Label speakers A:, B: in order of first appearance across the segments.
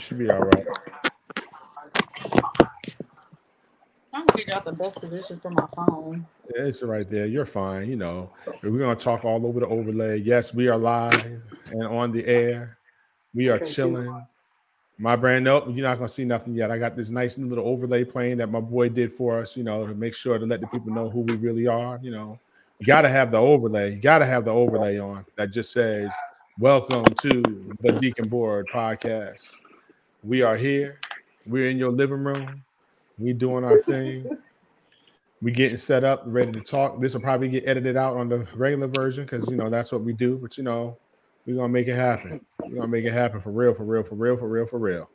A: should be all right.
B: Trying to figure out the best position for my phone.
A: It's right there. You're fine. You know, we're gonna talk all over the overlay. Yes, we are live and on the air. We are
B: Can't see my-
A: chilling. My brand, nope, you're not gonna see nothing yet. I got this nice new little overlay playing that my boy did for us. You know, to make sure to let the people know who we really are. You know, you gotta have the overlay. You gotta have the overlay on that just says "Welcome to the Deacon Board Podcast." We are here. We're in your living room. We doing our thing. we getting set up, ready to talk. This will probably get edited out on the regular version because you know that's what we do. But you know, we're gonna make it happen. We're gonna make it happen for real, for real, for real, for real, for real.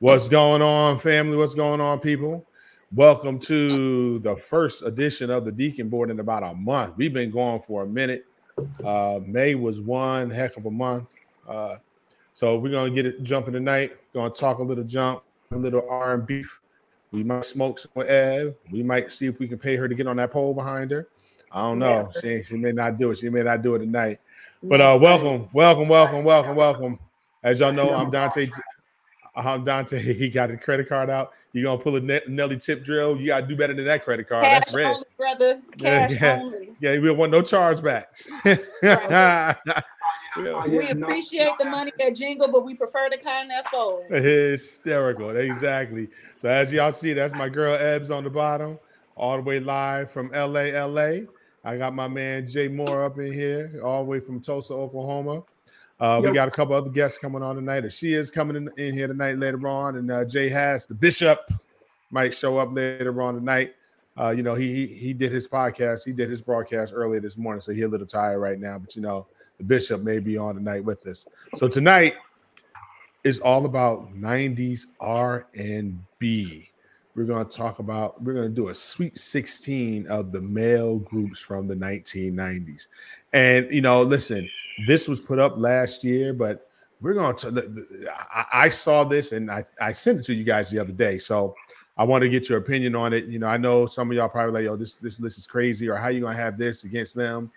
A: What's going on, family? What's going on, people? Welcome to the first edition of the Deacon Board in about a month. We've been going for a minute. Uh, May was one heck of a month. Uh, so we're gonna get it jumping tonight. Gonna talk a little jump, a little R and B. We might smoke some with Ev. We might see if we can pay her to get on that pole behind her. I don't know.
B: Yeah.
A: She, she may not do it. She may not do it tonight. But uh, welcome, welcome, welcome, welcome, welcome. As y'all know, I'm Dante. I'm Dante. He got his credit card out. You gonna pull a Ne- Nelly tip drill? You gotta do better than that credit card.
B: Cash
A: That's red.
B: only, brother.
A: Yeah,
B: Cash
A: yeah.
B: only.
A: Yeah, we don't want no chargebacks.
B: Oh,
A: Oh, Yeah.
B: we appreciate the money that jingle, but we prefer the kind that fold.
A: Hysterical. Exactly. So as y'all see, that's my girl Ebs on the bottom, all the way live from LA, LA. I got my man Jay Moore up in here, all the way from Tulsa, Oklahoma. Uh, we
C: Yo.
A: got a couple other guests coming on tonight, or she is coming in, in here tonight later on. And uh, Jay has the Bishop might show up later on tonight. Uh, you know, he, he he did his podcast, he did his broadcast earlier this morning, so he's a little tired right now. But you know, the Bishop may be on tonight with us. So tonight, is all about 90s R&B. We're going to talk about we're going to do a sweet 16 of the male groups from the 1990s. And you know, listen, this was put up last year, but we're going to I I saw this and I I sent it to you guys the other day. So I want to get your opinion on it. You know, I know some of y'all probably like, "Yo, this this list is crazy," or "How you gonna have this against them?"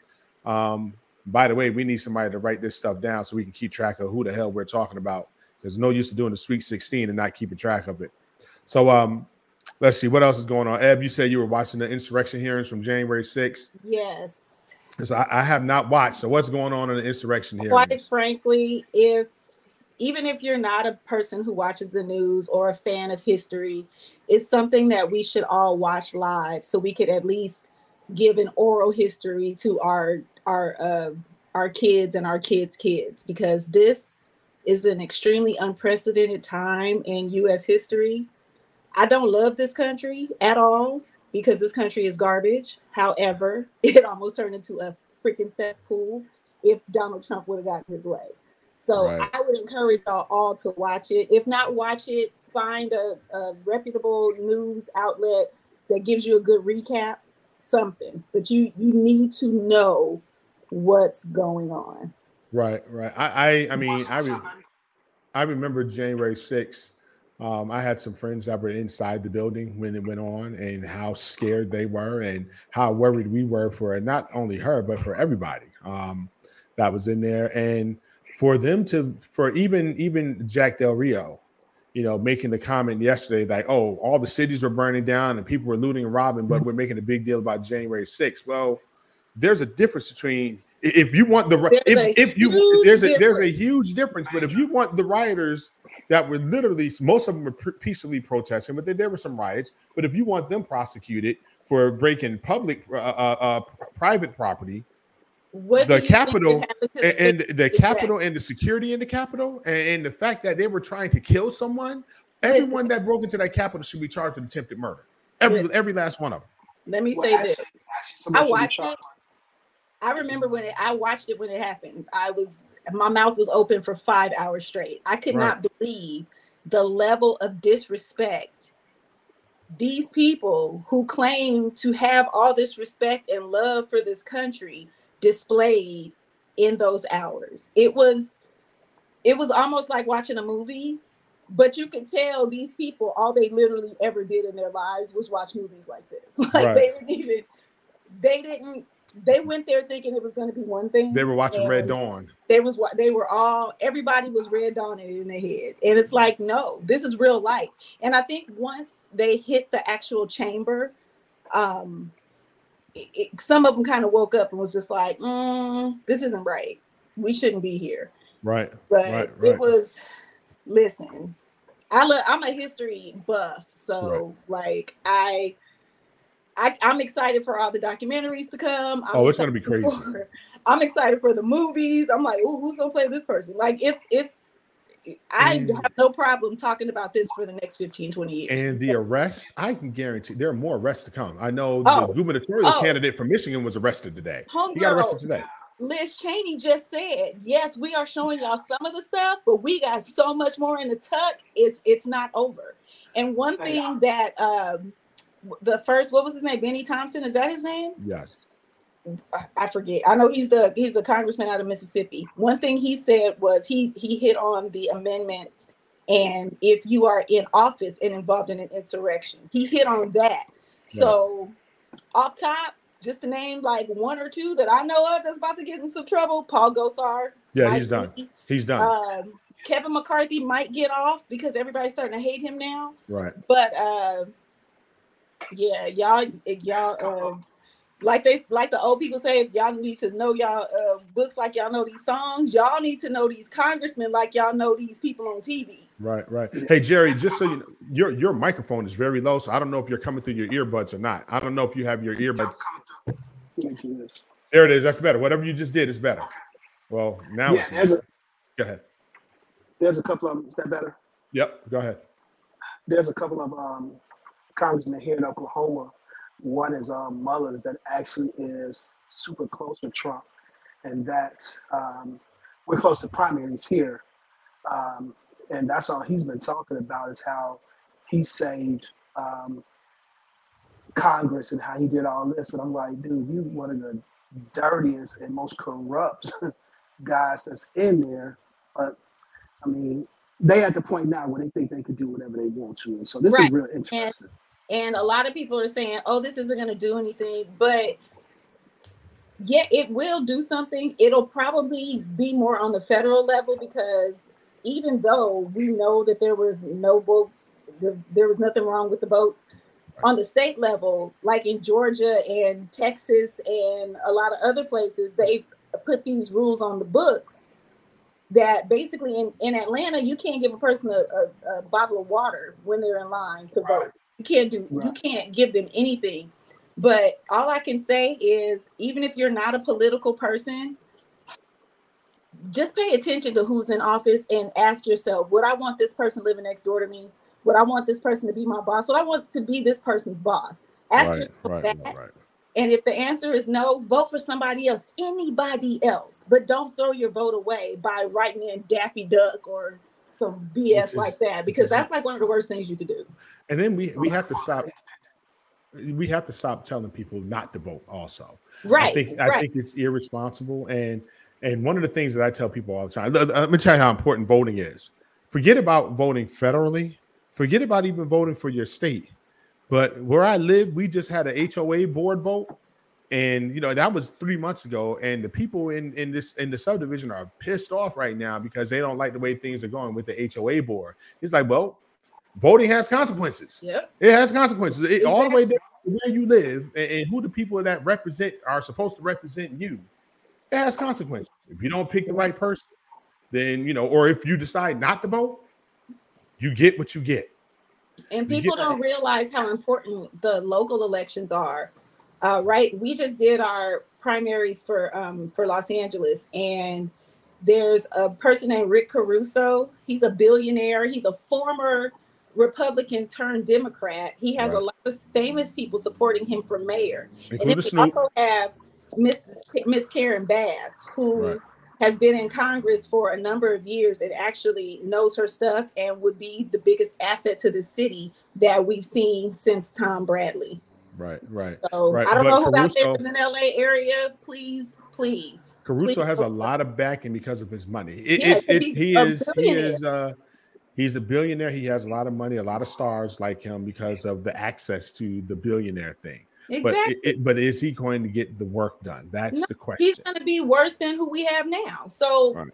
A: Um, by the way, we need somebody to write this stuff down so we can keep track of who the hell we're talking about. There's no use to doing the Sweet 16 and not keeping track of it. So um, let's see what else is going on. Eb, you said you were watching the insurrection hearings from January 6th.
B: Yes.
A: So I, I have not watched. So what's going on in the insurrection
B: Quite
A: hearings?
B: frankly, if even if you're not a person who watches the news or a fan of history, it's something that we should all watch live so we could at least give an oral history to our our uh, our kids and our kids' kids because this is an extremely unprecedented time in U.S. history. I don't love this country at all because this country is garbage. However, it almost turned into a freaking cesspool if Donald Trump would have gotten his way. So
A: Right.
B: I would encourage y'all all to watch it. If not watch it, find a, a reputable news outlet that gives you a good recap, something. But you you need to know what's going on.
A: Right, right. I I, I mean, I re- I remember January 6th. Um, I had some friends that were inside the building when it went on and how scared they were and how worried we were for not only her, but for everybody um, that was in there. And for them to, for even even Jack Del Rio, you know, making the comment yesterday like, oh, all the cities were burning down and people were looting and robbing, but we're making a big deal about January 6th. Well, there's a difference between i- if you want the ri-
B: There's a
A: if, if you
B: huge
A: there's a there's a
B: difference.
A: huge difference, but if you want the rioters that were literally most of them were pr- peacefully protesting, but there, there were some riots. But if you want them prosecuted for breaking public uh, uh, uh, p- private property
B: What
A: The
B: do you think
A: Capitol
B: should happen to
A: a-
B: the
A: and, the
B: Exactly.
A: capital and the security in the capital and, and the fact that they were trying to kill someone, everyone that broke into that capital should be charged with attempted murder. Every
B: Listen.
A: every last one of them.
B: Let me
C: Well,
B: say this.
C: actually- actually,
B: I
C: somebody should be
B: watched
C: charged.
B: I remember when it, I watched it when it happened. I was my mouth was open for five hours straight. I could not believe the level of disrespect these people who claim to have all this respect and love for this country displayed in those hours. It was it was almost like watching a movie, but you could tell these people all they literally ever did in their lives was watch movies like this. Like
A: Right.
B: they didn't even they didn't they went there thinking it was going to be one thing.
A: They were watching
B: and
A: Red Dawn.
B: They was wa- they were all everybody was red dawning in their head, and it's like no, this is real life. And I think once they hit the actual chamber, um, it, it- some of them kind of woke up and was just like, mm, "This isn't right. We shouldn't be here."
A: Right.
B: But
A: Right,
B: it
A: right.
B: was, listen, I look, I'm a history buff, so like I, I, I'm excited for all the documentaries to come. I'm
A: Oh, it's gonna be
B: excited
A: crazy.
B: for- I'm excited for the movies. I'm like, oh, who's gonna play this person? Like, it's it's. I
A: And-
B: have no problem talking about this for the next 15, 20 years.
A: And the arrests, I can guarantee there are more arrests to come. I know
B: Oh.
A: the gubernatorial
B: Oh.
A: candidate from Michigan was arrested today. He got arrested
B: Homegirl,
A: today.
B: Liz Cheney just said, yes, we are showing y'all some of the stuff, but we got so much more in the tuck. It's it's not over. And one
C: Oh,
B: thing
C: yeah.
B: that um, the first, what was his name? Benny Thompson. Is that his name?
A: Yes.
B: I, I forget. I know he's the he's a congressman out of Mississippi. One thing he said was he he hit on the amendments and if you are in office and involved in an insurrection, he hit on that. So off top, just to name like one or two that I know of that's about to get in some trouble. Paul Gosar.
A: Yeah,
B: Mike
A: he's done.
B: Lee,
A: He's done.
B: Um, Kevin McCarthy might get off because everybody's starting to hate him now.
A: right.
B: But uh, yeah, y'all, y'all, uh, like they, like the old people say, if y'all need to know y'all uh, books like y'all know these songs. Y'all need to know these congressmen like y'all know these people on TV.
A: Right, right. Hey Jerry, just so you know, your your microphone is very low, so I don't know if you're coming through your earbuds or not. I don't know if you have your earbuds. There it is. That's better. Whatever you just did is better. Well, now
C: Yeah,
A: it's
C: there's a,
A: go ahead.
C: there's a couple of them. Is that better?
A: Yep, go ahead.
C: There's a couple of um, congressmen here in Oklahoma. One is um, Mullins that actually is super close with Trump, and that's um, we're close to primaries here, um, and that's all he's been talking about is how he saved um, Congress and how he did all this. But I'm like, dude, you one of the dirtiest and most corrupt guys that's in there. But I mean, they at the point now where they think they could do whatever they want to, and so this
B: Right.
C: is real interesting.
B: and a lot of people are saying oh this isn't going to do anything but yeah it will do something it'll probably be more on the federal level because even though we know that there was no votes the, there was nothing wrong with the votes on the state level like in georgia and texas and a lot of other places they put these rules on the books that basically in, in atlanta you can't give a person a, a, a bottle of water when they're in line to vote you can't do you
C: Right.
B: can't give them anything but all i can say is even if you're not a political person just pay attention to who's in office and ask yourself would i want this person living next door to me would i want this person to be my boss would i want to be this person's boss ask
A: Right,
B: yourself
A: right,
B: that
A: right, right.
B: and if the answer is no vote for somebody else anybody else but don't throw your vote away by writing in daffy duck or some bs
A: Which is-
B: like that because that's like one of the worst things you could do
A: And then we we have to stop we have to stop telling people not to vote also.
B: right
A: I think
B: right.
A: I think it's irresponsible. And and one of the things that I tell people all the time, let, let me tell you how important voting is. Forget about voting federally. Forget about even voting for your state. But where I live, we just had a HOA board vote, and you know that was three months ago. And the people in in this in the subdivision are pissed off right now because they don't like the way things are going with the HOA board. It's like, well, voting has consequences.
B: Yep.
A: It has consequences. It, All the way down to where you live and, and who the people that represent are supposed to represent you. It has consequences. If you don't pick the right person, then you know, or if you decide not to vote, you get what you get.
B: And
A: You
B: people
A: get-
B: don't realize how important the local elections are. Uh, right? We just did our primaries for um, for Los Angeles, and there's a person named Rick Caruso. He's a billionaire. He's a former Republican turned Democrat. He has a
A: Right.
B: lot of famous people supporting him for mayor. And then
A: Including
B: we
A: Snoop.
B: also have Mrs. K- Miss Karen Bass, who
A: Right.
B: has been in Congress for a number of years and actually knows her stuff and would be the biggest asset to the city that we've seen since Tom Bradley.
A: Right, right.
B: So
A: Right,
B: I don't
A: but
B: know who out there
A: Caruso-
B: is in LA area. Please, please.
A: Caruso
B: Please
A: has a
B: vote.
A: lot of backing because of his money. It,
B: Yeah,
A: it's,
B: 'cause
A: it's
B: he's
A: he
B: a
A: is he
B: billionaire.
A: is uh he's a billionaire. He has a lot of money, a lot of stars like him because of the access to the billionaire thing.
B: Exactly.
A: But, it, it- but is he going to get the work done? That's
B: No,
A: the
B: he's
A: question.
B: going to be worse than who we have now. So,
A: Right.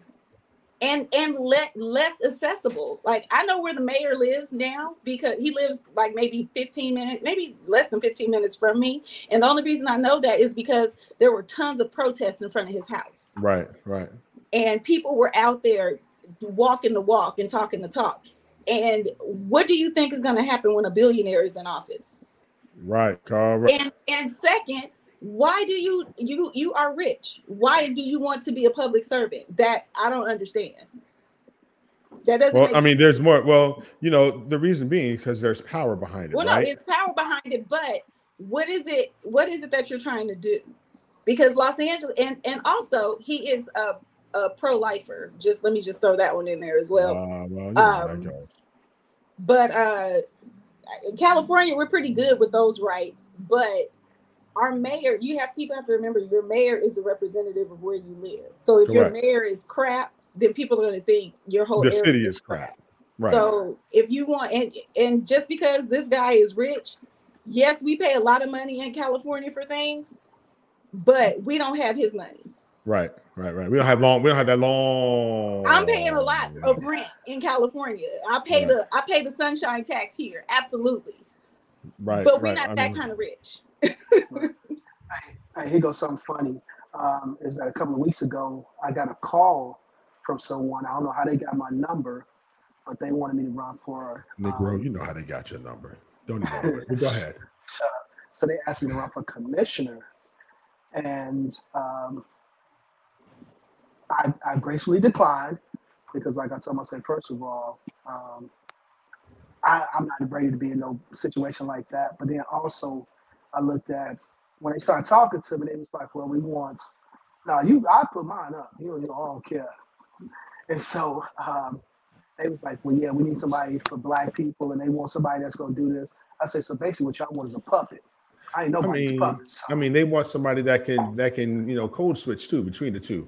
B: and and le- less accessible. Like I know where the mayor lives now because he lives like maybe 15 minutes, maybe less than 15 minutes from me. And the only reason I know that is because there were tons of protests in front of his house,
A: Right, right.
B: and people were out there walking the walk and talking the talk. And what do you think is going to happen when a billionaire is in office?
A: Right, Carl. Right.
B: and and second why do you you you are rich why do you want to be a public servant that i don't understand that doesn't
A: Well,
B: make
A: I mean, there's more. Well, you know, the reason being because there's power behind it,
B: well
A: right?
B: no it's power behind it but what is it what is it that you're trying to do because los angeles and and also he is a, a pro-lifer just let me just throw that one in there as well
A: Uh, well, you know how that
B: um,
A: goes.
B: but uh in california we're pretty good with those rights but our mayor you have people have to remember your mayor is a representative of where you live so if your
A: Correct.
B: mayor is crap then people are going to think your whole
A: The
B: area
A: city is crap. Right.
B: so if you want and and just because this guy is rich yes we pay a lot of money in california for things but we don't have his money
A: Right, right, right. We don't have long. We don't have that long.
B: i'm paying a lot
A: Oh,
B: of rent in california i pay the i pay the sunshine tax here absolutely
A: Right,
B: but we're
A: right.
B: not
A: I
B: that
A: mean,
B: kind of rich
C: All right, here goes something funny. Um, is that a couple of weeks ago, I got a call from someone. I don't know how they got my number, but they wanted me to run for.
A: Negro,
C: um,
A: you know how they got your number. Don't even worry. But go ahead.
C: so, so they asked me to run for commissioner, and um, I, I gracefully declined because, like I told myself, first of all, um, I, I'm not ready to be in no situation like that. But then also, I looked at when they started talking to me, they was like, "Well, we want." No, you. I put mine up. You don't, you don't- I don't care. And so um, they was like, "Well, yeah, we need somebody for black people, and they want somebody that's gonna do this." I said, "So basically, what y'all want is a puppet. I ain't nobody's
A: mean,
C: puppet." So,
A: I mean, they want somebody that can that can you know code switch too between the two.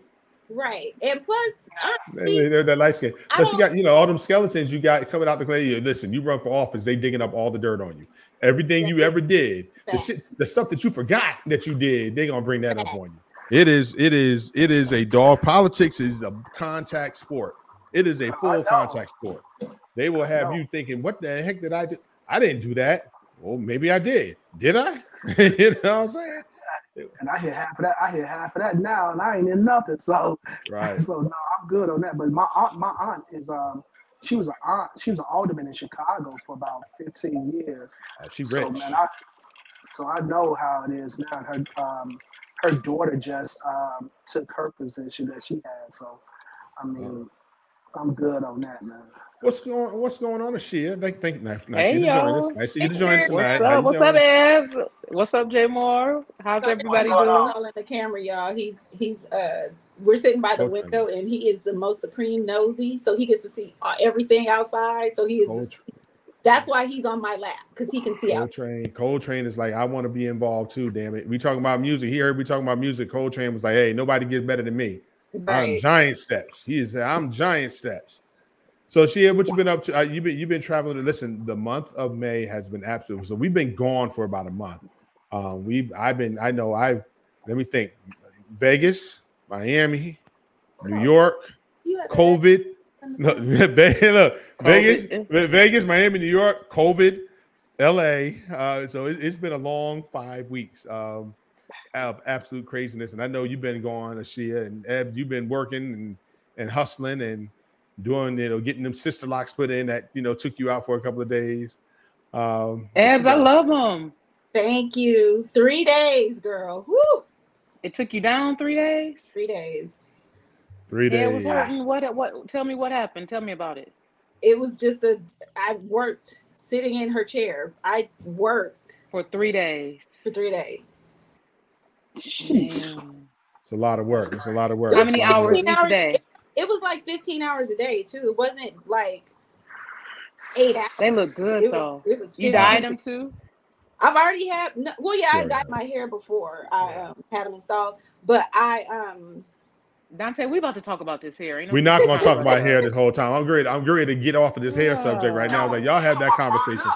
B: right and plus
A: They, are that light skin.
B: I
A: Plus, you
B: don't-
A: got you know all them skeletons you got coming out the clay. You listen, you run for office, they digging up all the dirt on you. Everything you
B: That is
A: ever did, the
B: fact.
A: shit, the stuff that you forgot that you did, they gonna bring that up on you. It is, it is, it is a dog. Politics is a contact sport. It is a
C: I
A: full
C: know.
A: contact sport. They will have
C: know.
A: you thinking, "What the heck did I do? I didn't do that. Well, maybe I did. Did I? you know what I'm saying?
C: and I hear half of that. I hear half of that now, and I ain't in nothing. So,
A: Right,
C: so no, I'm good on that. But my aunt, my aunt is um, she was an aunt. She was an alderman in Chicago for about 15 years.
A: Oh, she rich.
C: So man, I so I know how it is now. and Her um, her daughter just um, took her position that she had. So I mean, I'm good on that, man.
A: What's going What's going on, Ashia? Thank, thank, nice, nice
D: Hey,
A: of you to join us.
D: y'all.
A: Nice of you to join us
B: What's
A: tonight. How you
D: What's up? What's
A: doing?
D: up, Ez? What's up, Jay Moore? How's
B: Sorry,
D: everybody
B: he's
C: going
D: doing?
C: on?
B: all in the camera, y'all. He's he's uh we're sitting by the
A: Culture.
B: window and he is the most supreme nosy, so he gets to see uh, everything outside. So he is
A: Cold,
B: just, that's why he's on my lap because he can see out.
A: Coltrane. Coltrane is like, I want to be involved too. Damn it. We talking about music. He heard we talking about music. Coltrane was like, Hey, nobody gets better than me. I'm giant steps. He is. I'm giant steps. So Shia, what you been up to? Uh, you've been you've been traveling. Listen, the month of May has been absolute. So we've been gone for about a month. Um, we I've been I know I let me think. Vegas, Miami, New York,
B: You have
A: COVID. Look, Ve- look, Vegas,
D: COVID.
A: Ve- Vegas, Miami, New York, COVID, LA. Uh, so it, it's been a long five weeks um, of absolute craziness. And I know you've been gone, Ashia, and Eb, you've been working and, and hustling and doing, you know, getting them sister locks put in that, you know, took you out for a couple of days. Um, what
D: Ez,
A: you
D: I
A: got?
D: love them.
B: Thank you. Three days, girl. Woo!
D: It took you down three days.
B: Three days.
A: three
D: Yeah, it
A: days.
D: was hurting. What? What? Tell me what happened. Tell me about it.
B: It was just a I worked sitting in her chair. I worked
D: For three days.
B: for three days.
C: Jeez.
D: Man.
A: It's a lot of work. It's a lot of work.
D: How many
A: It's a lot of work.
D: hours each
B: 15 hours.
D: day?
B: It was like 15 hours a day too. It wasn't like eight hours.
D: They look good
B: It was,
D: though.
B: it was
D: You
B: 15
D: dyed them too.
B: I've already had no, well, yeah, I
A: Sure.
B: dyed my hair before I
A: Yeah.
B: um, had them installed, but I um
D: Dante, we about to talk about this hair. Ain't no
A: We're not going to talk
D: time
A: about
D: that.
A: hair this whole time. I'm great. I'm great to get off of this hair subject right now. That y'all have that conversation.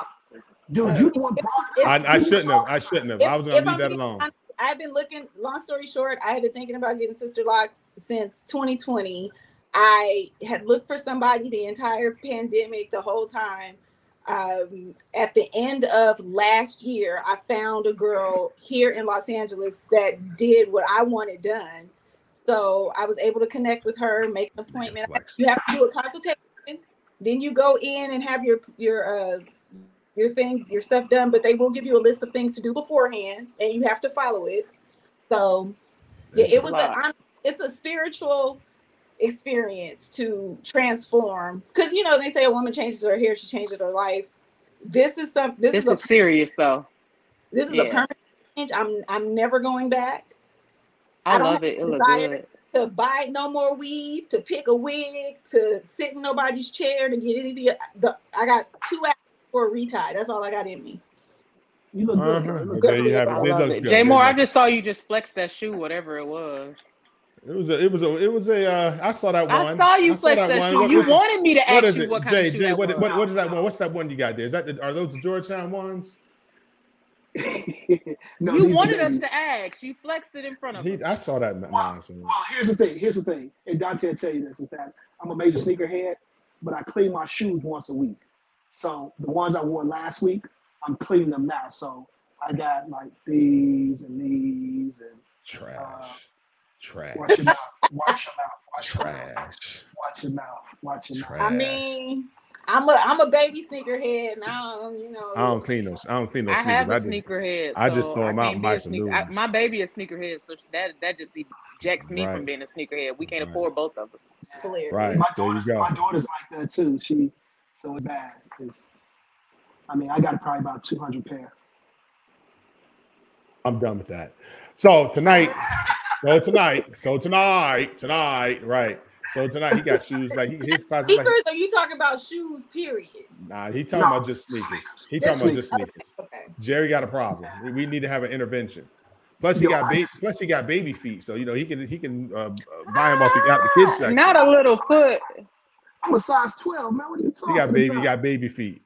C: Dude, you the one brought it up.
A: I, I shouldn't have. I shouldn't have. I was gonna
B: If- if
A: leave
B: I'm
A: that
B: being
A: alone.
B: honest, I've been looking. Long story short, I have been thinking about getting sister locks since 2020. I had looked for somebody the entire pandemic, the whole time. Um, at the end of last year, I found a girl here in Los Angeles that did what I wanted done. So I was able to connect with her, make an appointment.
A: Flex.
B: You have to do a consultation, then you go in and have your your uh, your thing, your stuff done. But they will give you a list of things to do beforehand, and you have to follow it. So yeah,
D: It's
B: it
D: a
B: was a,
D: lot.
B: hon- it's a spiritual experience to transform because you know they say a woman changes her hair, she changes her life. This is some this,
D: This
B: is,
D: is serious though.
B: a this is a
D: yeah.
B: permanent change. I'm I'm never going back
D: I,
B: I don't
D: love it. It look
B: desire-
D: good.
B: to buy no more weave, to pick a wig, to sit in nobody's chair, to get any of the, the I got two hours for a retie. That's all I got in me.
C: You look good.
A: Uh-huh.
C: girl. You
A: But
C: look
A: there you
C: good.
A: have
D: I
A: it. They
D: love
A: look
D: it.
A: good.
D: Jay
A: They
D: Moore, I
A: look-
D: just saw you just flex that shoe, whatever it was.
A: It was a. It was a. It was a. Uh, I saw that one.
D: I saw you flex
A: that
D: that,
A: one.
D: shoe.
A: What
D: you
A: was it?
D: wanted me to
A: What
D: ask
A: is
D: you
A: it,
D: what kind
A: Jay?
D: of shoe
A: Jay,
D: that
A: what,
D: was.
A: what what is that one? What's that one you got there? Is that the, are those the Georgetown ones?
C: no,
D: you
C: these are
D: wanted us
C: babies.
D: to ask. You flexed it in front of
A: He,
D: us.
A: I saw that n- nonsense.
C: Well, here's the thing. Here's the thing. And Dante will tell you this is that I'm a major sneakerhead, but I clean my shoes once a week. So the ones I wore last week, I'm cleaning them now. So I got like these and these and
A: Trash, trash,
C: watch your mouth, watch your mouth, watch your mouth,
A: trash,
C: watch your mouth, watch your mouth.
A: trash.
B: I mean, I'm a I'm a baby sneakerhead, and I don't, you know.
A: I don't clean those. I don't clean those
D: I
A: sneakers.
D: have
A: I
D: a
A: just
D: sneakerhead.
A: I just
D: so
A: throw 'em out
D: I can't
A: and
D: be
A: buy
D: a
A: some
D: sneaker.
A: new
D: I,
A: ones.
D: my baby a sneakerhead, so that that just ejects me
A: Right.
D: from being a sneakerhead. We can't
A: Right.
D: afford both of us.
B: Hilarious.
A: Right.
C: My
A: There you
C: daughter's
A: go.
C: my daughter's like that too. She so it's bad. It's, I mean, I got probably about 200 pair.
A: I'm done with that. So tonight, so tonight, so tonight, tonight, right. So tonight he got shoes like he, his class is like
B: Sneakers? Are you talking about shoes? Period.
A: nah. He talking
C: No,
A: about just sneakers. He
B: just
A: talking about just sneakers.
B: Okay.
A: Jerry got a problem. We- We need to have an intervention. Plus he
C: Yo,
A: got
C: I
A: ba-
C: just-
A: plus he got baby feet, so you know he can he can uh, uh, buy him off the, out the kids section.
D: Not a little foot.
C: I'm a size 12, man. What are you talking
A: he got baby, he
C: about?
A: got baby feet.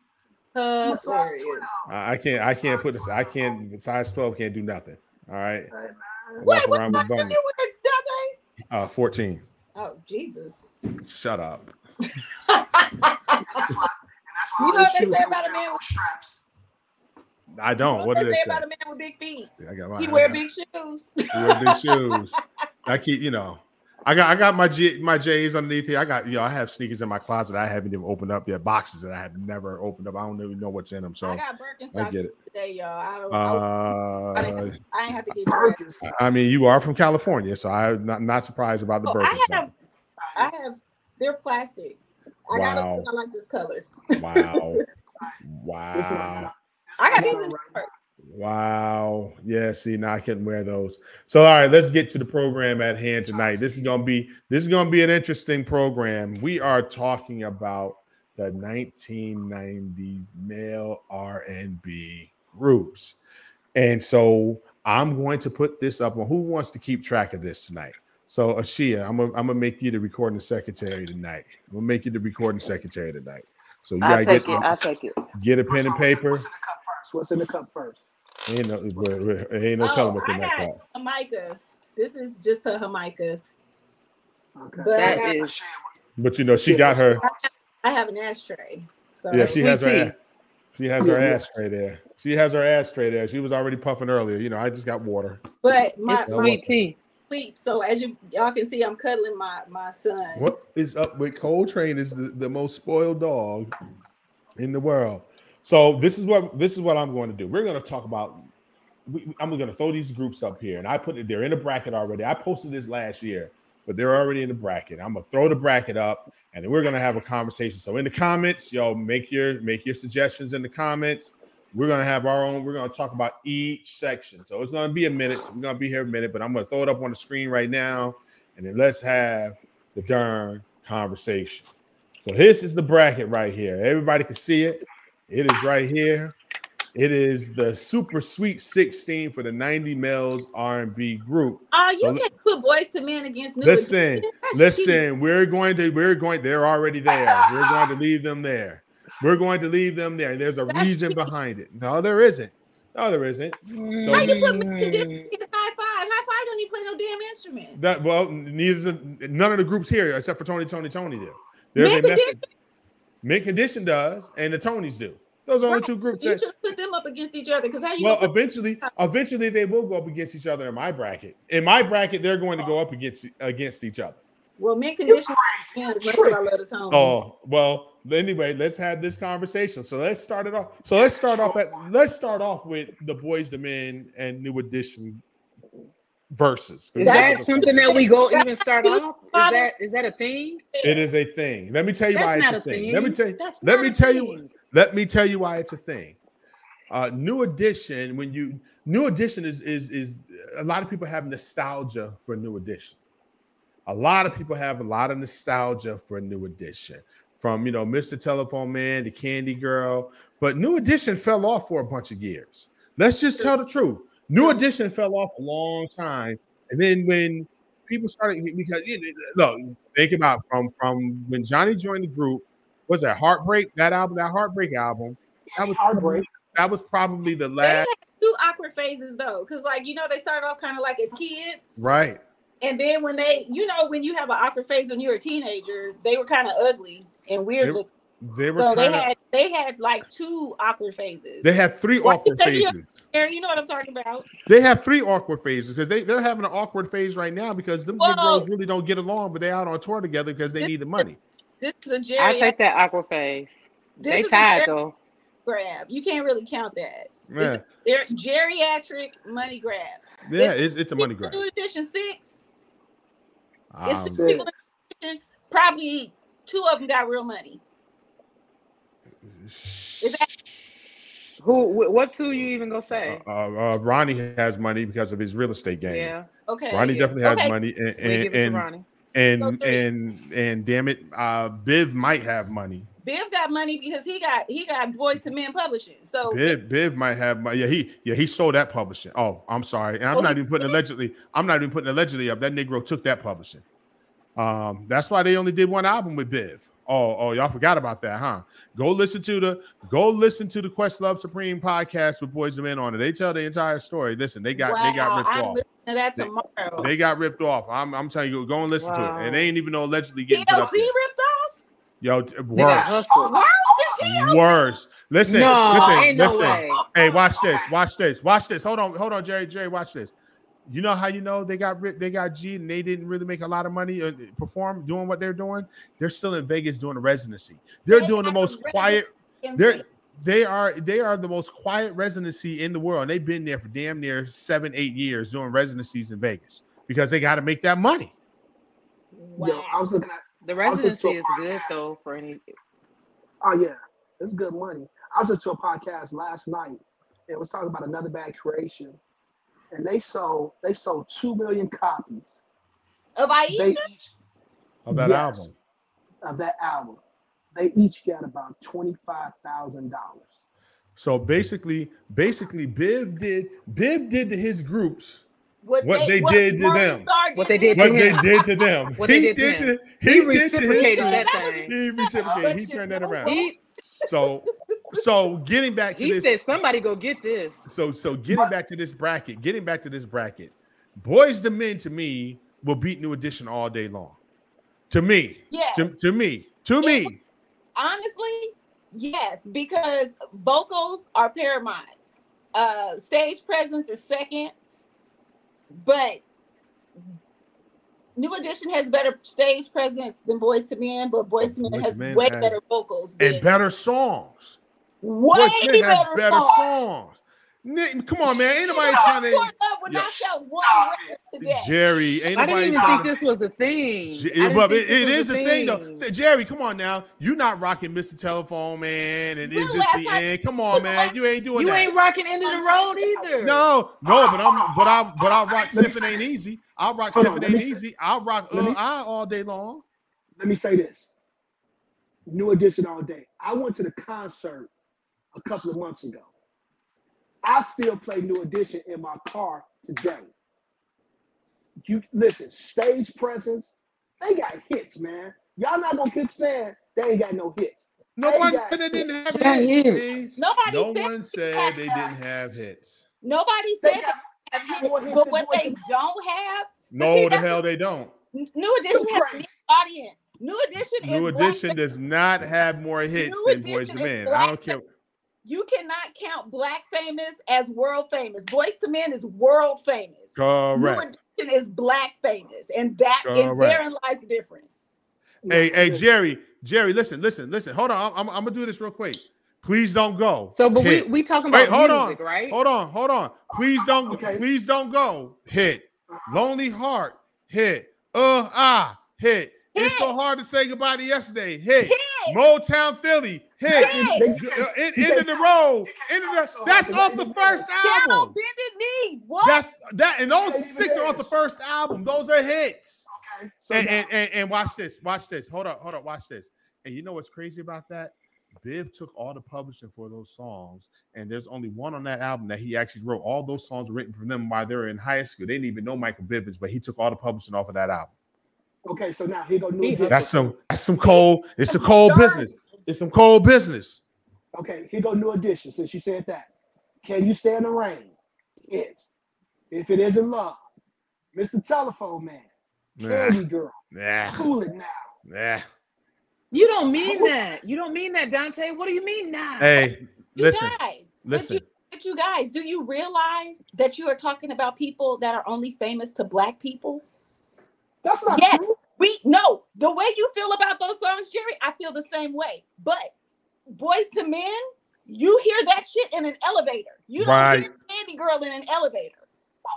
B: Uh,
C: I'm a size
B: Hilarious.
C: 12.
A: I I can't I can't put this. I can't size twelve can't do nothing. All right,
C: Hey, man.
A: walk
B: Wait, what
A: around with
B: size did
A: bunny.
B: you wear, Dante?
A: Uh, fourteen.
B: Oh Jesus!
A: Shut up.
C: That's why. And that's why
B: You
C: all
B: know what
C: these
B: they
C: shoes
B: say
C: have
B: about a man
C: those straps.
A: I don't. What
B: they
A: do they say?
B: about a man with big feet?
A: I got my.
B: He
A: I
B: wear
A: got-
B: big shoes.
A: He wear big shoes. I keep, you know, I got I got my J, my J's underneath here. I got you know I have sneakers in my closet I haven't even opened up yet. Boxes that I have never opened up. I don't even know what's in them.
B: I
A: So
B: got
A: I
B: Birkenstocks
A: get it.
B: today, y'all. I don't. I, was-
A: Uh,
B: I ain't have to get dressed.
C: Burgers.
A: I mean, you are from California, so I'm not, not surprised about the
B: Oh,
A: Birkenstocks.
B: I have. I have. They're plastic. I got
A: Wow.
B: them because I like this color.
A: Wow.
C: This one
A: Wow.
C: I got- this
B: I got
C: one
B: these in
C: on
B: New
C: right now.
B: York.
A: Wow. Yeah, see, now I couldn't wear those. So all right, let's get to the program at hand tonight. This is gonna be this is gonna be an interesting program. We are talking about the 1990s male R&B groups. And so I'm going to put this up on who wants to keep track of this tonight. So Ashia, I'm gonna I'm gonna make you the recording secretary tonight. I'm gonna make you the recording secretary tonight. So you gotta get,
D: take it.
A: get a pen and
C: What's in-
A: paper.
C: What's in the cup first? What's in
A: Ain't
C: the cup first?
A: no, but- but ain't no telling what's
B: I
A: in that
B: got
A: cup.
B: Jamaica. This is just a Jamaica.
C: Okay.
B: But-
D: That
C: What's in the
D: is-
C: sham?
A: But you know, she got her.
B: I have an ashtray. So
A: Yeah, she has her.
D: Sweet
A: ass- She has her
C: Yeah.
A: ashtray there. She has her ashtray there. She was already puffing earlier. You know, I just got water.
B: but my,
D: It's
A: Yeah, I
B: my
A: want
D: sweet tea.
B: sleep. So as you y'all can see, I'm cuddling my my son.
A: What is up with Coltrane? Is the, the most spoiled dog in the world. So this is what this is what I'm going to do. We're going to talk about. We, we- I'm going to throw these groups up here, and I put it. They're in a bracket already. I posted this last year, but they're already in the bracket. I'm going to throw the bracket up, and then we're going to have a conversation. So in the comments, y'all make your make your suggestions in the comments. We're going to have our own. We're going to talk about each section. So it's going to be a minute. So we're going to be here a minute, but I'm going to throw it up on the screen right now, and then let's have the darn conversation. So this is the bracket right here. Everybody can see it. It is right here. It is the super sweet 16 for the 90 males R&B group.
B: Oh, you
A: So
B: can't put boys to men against new.
A: Listen,
B: That's cheating.
A: listen, we're going to we're going they're already there. We're going to leave them there. We're going to leave them there. There's a
B: That's
A: reason
B: cheap.
A: behind it. No, there isn't. No, there isn't. So- Hmm.
B: How you put
D: Mm.
B: Mr. Diddy as high five? High five don't even play no damn instrument.
A: That well, neither none of the groups here except for Tony, Tony, Tony. There, there's
B: Mint
A: a method. Mint condition does, and the Tonys do. Those are the
B: Right.
A: two groups.
B: you
A: That,
B: should put them up against each other because how you
A: well,
B: gonna put-
A: eventually, eventually they will go up against each other in my bracket. In my bracket, they're going to go up against against each other.
B: well men
C: You
B: condition
C: crazy.
B: yeah,
C: You
B: that's
C: tripping.
B: what I love the tones.
A: Oh well. Anyway, let's have this conversation. So let's start it off. So let's start off at let's start off with the boys, the men, and new edition verses.
D: Is
B: That's-
D: that something that we go even start off? Is that is that a thing?
A: It is a thing. Let me tell you why
D: That's
A: it's
D: not
A: a
D: a
A: thing.
D: thing.
A: Let me tell you.
D: That's
A: let
D: not
A: me
D: a
A: tell you-
D: thing.
A: Let me tell you why it's a thing. Uh, new edition. When you new edition is is is a lot of people have nostalgia for new edition. A lot of people have a lot of nostalgia for new edition. From you know Mr. Telephone Man to Candy Girl, but new edition fell off for a bunch of years. Let's just tell the truth. New edition fell off a long time, and then when people started because you know, look, think about from from when Johnny joined the group. Was that Heartbreak? That album, that Heartbreak album. That was
C: Heartbreak.
A: That was probably the
B: They had
A: last.
B: two awkward phases though, because like you know they started off kind of like as kids,
A: Right.
B: and then when they, you know, when you have an awkward phase when you're a teenager, they were kind of ugly and weird
A: They
B: looking.
A: They were
B: So they
A: kind of.
B: had they had like two awkward phases.
A: They had three
B: Why you
A: awkward
B: say you-
A: phases.
B: Karen, you know what I'm talking about?
A: They have three awkward phases because they, they're having an awkward phase right now because them big
B: Whoa.
A: bros really don't get along, but they out on tour together because they
B: This-
A: need the money.
B: This is a
D: I
B: Jerry.
D: take that aqua phase.
B: this
D: They
B: is a
D: tied
B: Jerry
D: though.
B: grab. You can't really count that.
A: Yeah,
B: They're geriatric money grab.
A: yeah it's, it's a money grab.
B: New edition six.
A: Um,
B: It's people in probably two of them got real money.
A: uh,
D: Who? wh- What two? You even gonna say?
A: uh, uh, uh, Ronnie has money because of his real estate game.
D: Yeah,
B: Okay.
A: Ronnie
D: Yeah.
A: definitely has
B: Okay.
A: money, and
D: we give
A: and
D: it to
A: and,
D: Ronnie.
B: So
A: and
B: three.
A: and and damn it, uh, Biv might have money.
B: Biv got money because he got he got Boys to Men publishing. So
A: Biv, Biv might have money. Yeah, he yeah he sold that publishing. Oh, I'm sorry, and I'm
B: Oh,
A: not
B: he
A: even putting allegedly. I'm not even putting allegedly up. That Negro took that publishing. Um, that's why they only did one album with Biv. Oh, oh, y'all forgot about that, huh? Go listen to the go listen to the Questlove Supreme podcast with Boys and Men on it. They tell the entire story. Listen, they got they got
B: wow,
A: ripped
B: I'm
A: off.
B: listening to that
A: They-
B: tomorrow.
A: They got ripped off. I'm, I'm telling you, go and listen to it. And
D: Wow.
A: they ain't even know allegedly getting put
B: TLC
A: up there.
B: ripped off.
A: Yo, t-
D: They got
A: worse,
D: hustled.
B: Worse than TLC.
A: worse. Listen,
D: No,
A: listen,
D: ain't no
A: listen.
D: way.
A: Hey, watch this, watch this, watch this. Hold on, hold on, Jerry, Jerry, watch this. You know how you know they got ri- they got G and they didn't really make a lot of money or perform doing what they're doing. They're still in Vegas doing a residency. They're
B: They
A: doing the
B: got
A: most
B: a
A: quiet.
B: And
A: They're they are they are the most quiet residency in the world. And they've been there for damn near seven eight years doing residencies in Vegas because they got to make that money.
B: wow.
C: I was looking at
D: The
C: I was just
D: residency is
C: so-
D: good though for any.
C: Oh yeah, it's good money. I was just to a podcast last night, and it was talking about another bad creation, and they sold they sold two million copies.
B: Of Aisha?
C: They each
A: Of that
C: Yes.
A: album.
C: of that album, they each got about twenty five thousand dollars.
A: So basically, basically, Biv did Biv did to his groups what they did to
B: Martha
A: them.
B: Starr
D: What they did
A: what
D: to
A: they
D: him.
A: did to them.
D: What they did to him.
A: he,
D: He
A: did to his
D: reciprocated
A: group.
D: that
B: That was-
D: thing.
A: He reciprocated. He
B: But
A: turned
B: you
A: that
B: know
A: around.
B: what?
D: He
A: So, so getting back to
D: he
A: this,
D: said somebody go get this.
A: so so getting back to this bracket, getting back to this bracket, boys the men to me will beat New Edition all day long. To me,
B: Yes.
A: to, to me, to me,
B: honestly, yes, because vocals are paramount. Uh, stage presence is second, but New Edition has better stage presence than Boys to Men, but Boys to Men
A: Boyz II
B: has
A: Men
B: way
A: has-
B: better vocals. Than,
A: and better songs.
B: way
A: Boyz II Men has
B: better, songs.
A: Nick, Come on, man. Ain't nobody
B: Poor
A: trying to.
B: Love would
A: Yeah.
B: not sell one record today.
A: Jerry, ain't
D: I didn't
A: nobody
D: even
A: trying
D: think
A: to
D: this was a thing.
A: J-
D: I didn't
A: but
D: think
A: it-
D: this
A: it
D: was
A: is a thing, though. Say, Jerry, come on now. You're not rocking Mr. Telephone Man and
B: When
A: is
B: the
A: this
B: last
A: the
B: time-
A: end? Come
B: when
A: on,
B: the
A: man.
B: last-
A: You ain't doing
D: You
A: that.
D: ain't rocking end of the road either.
A: no, no, but I'm but I but I rock
C: Let me
A: sipping
C: say
A: ain't
C: this.
A: easy. I rock
C: Hold on,
A: sipping
C: let me
A: ain't
C: say-
A: easy. I rock uh,
C: let me-
A: I all day long.
C: Let me say this: New Edition all day. I went to the concert a couple of months ago. I still play New Edition in my car today. You listen, stage presence, they got hits, man. Y'all not gonna keep saying they ain't got no hits.
A: No
C: Hey,
A: one
C: guys.
A: said they didn't have
E: Yeah,
A: hits.
E: hits.
A: Steve.
B: Nobody
A: No
B: said
A: one said they didn't have hits.
B: nobody
C: They
B: said
C: got-
B: they have
C: more
B: hits,
C: hits
B: but
C: than
B: what
C: New
B: they
C: Edition.
B: don't have,
A: No, the hell they don't.
B: New Edition
C: It's
B: has a new
C: crazy.
B: audience. New Edition is
A: New
B: black
A: Edition does not have more hits
B: New
A: than
B: Edition
A: Boys
B: is
A: and Men.
B: black
A: I don't care.
B: you cannot count black famous as world famous. Voice to Men is world famous.
A: Correct.
B: New Edition is black famous, and that and
A: Correct.
B: therein lies the difference.
A: Hey, hey, Jerry, Jerry, listen, listen, listen. Hold on, I'm, I'm, I'm gonna do this real quick. Please don't go.
D: So, but we
A: Hit.
D: we talking
A: Wait,
D: about
A: hold on.
D: music, right?
A: Hold on, hold on. Please don't,
C: Okay.
A: please don't go. Hit. Lonely Heart. Hit. Uh ah. Hit. It's
B: Hit.
A: so hard to say goodbye to yesterday. Hit.
B: Hit.
A: Motown Philly. Hit.
B: Hit.
C: They-
A: G- uh, End end of the road. End of the, that's off the first
B: Down on
A: album.
B: bended knee. What?
A: That's that, and those six are off the first album. Those are hits.
C: Okay. So
A: And and, and and watch this. Watch this. Hold up. Hold up. Watch this. And you know what's crazy about that? Biv took all the publishing for those songs, and there's only one on that album that he actually wrote. All those songs were written for them while they were in high school. They didn't even know Michael Bibbins, but he took all the publishing off of that album.
C: okay, so now here go
D: He-
C: new edition.
A: That's some that's some cold. It's a cold
B: Darn.
A: business. It's some cold business.
C: Okay, here go new edition. Since you said that, can you stand the rain? It. If it isn't love, Mr. Telephone Man,
A: Nah,
C: Candy Girl,
A: nah,
C: Cool It Now.
A: nah.
D: You don't mean that. You don't mean that, Dante. What do you mean now?
A: Hey,
B: you
A: listen,
B: guys. but
A: listen.
B: you- But you guys, do you realize that you are talking about people that are only famous to black people?
C: That's not
B: Yes.
C: true.
B: We no, the way you feel about those songs, Jerry, I feel the same way. But boys to men, you hear that shit in an elevator. You don't
A: Right.
B: hear Candy Girl in an elevator.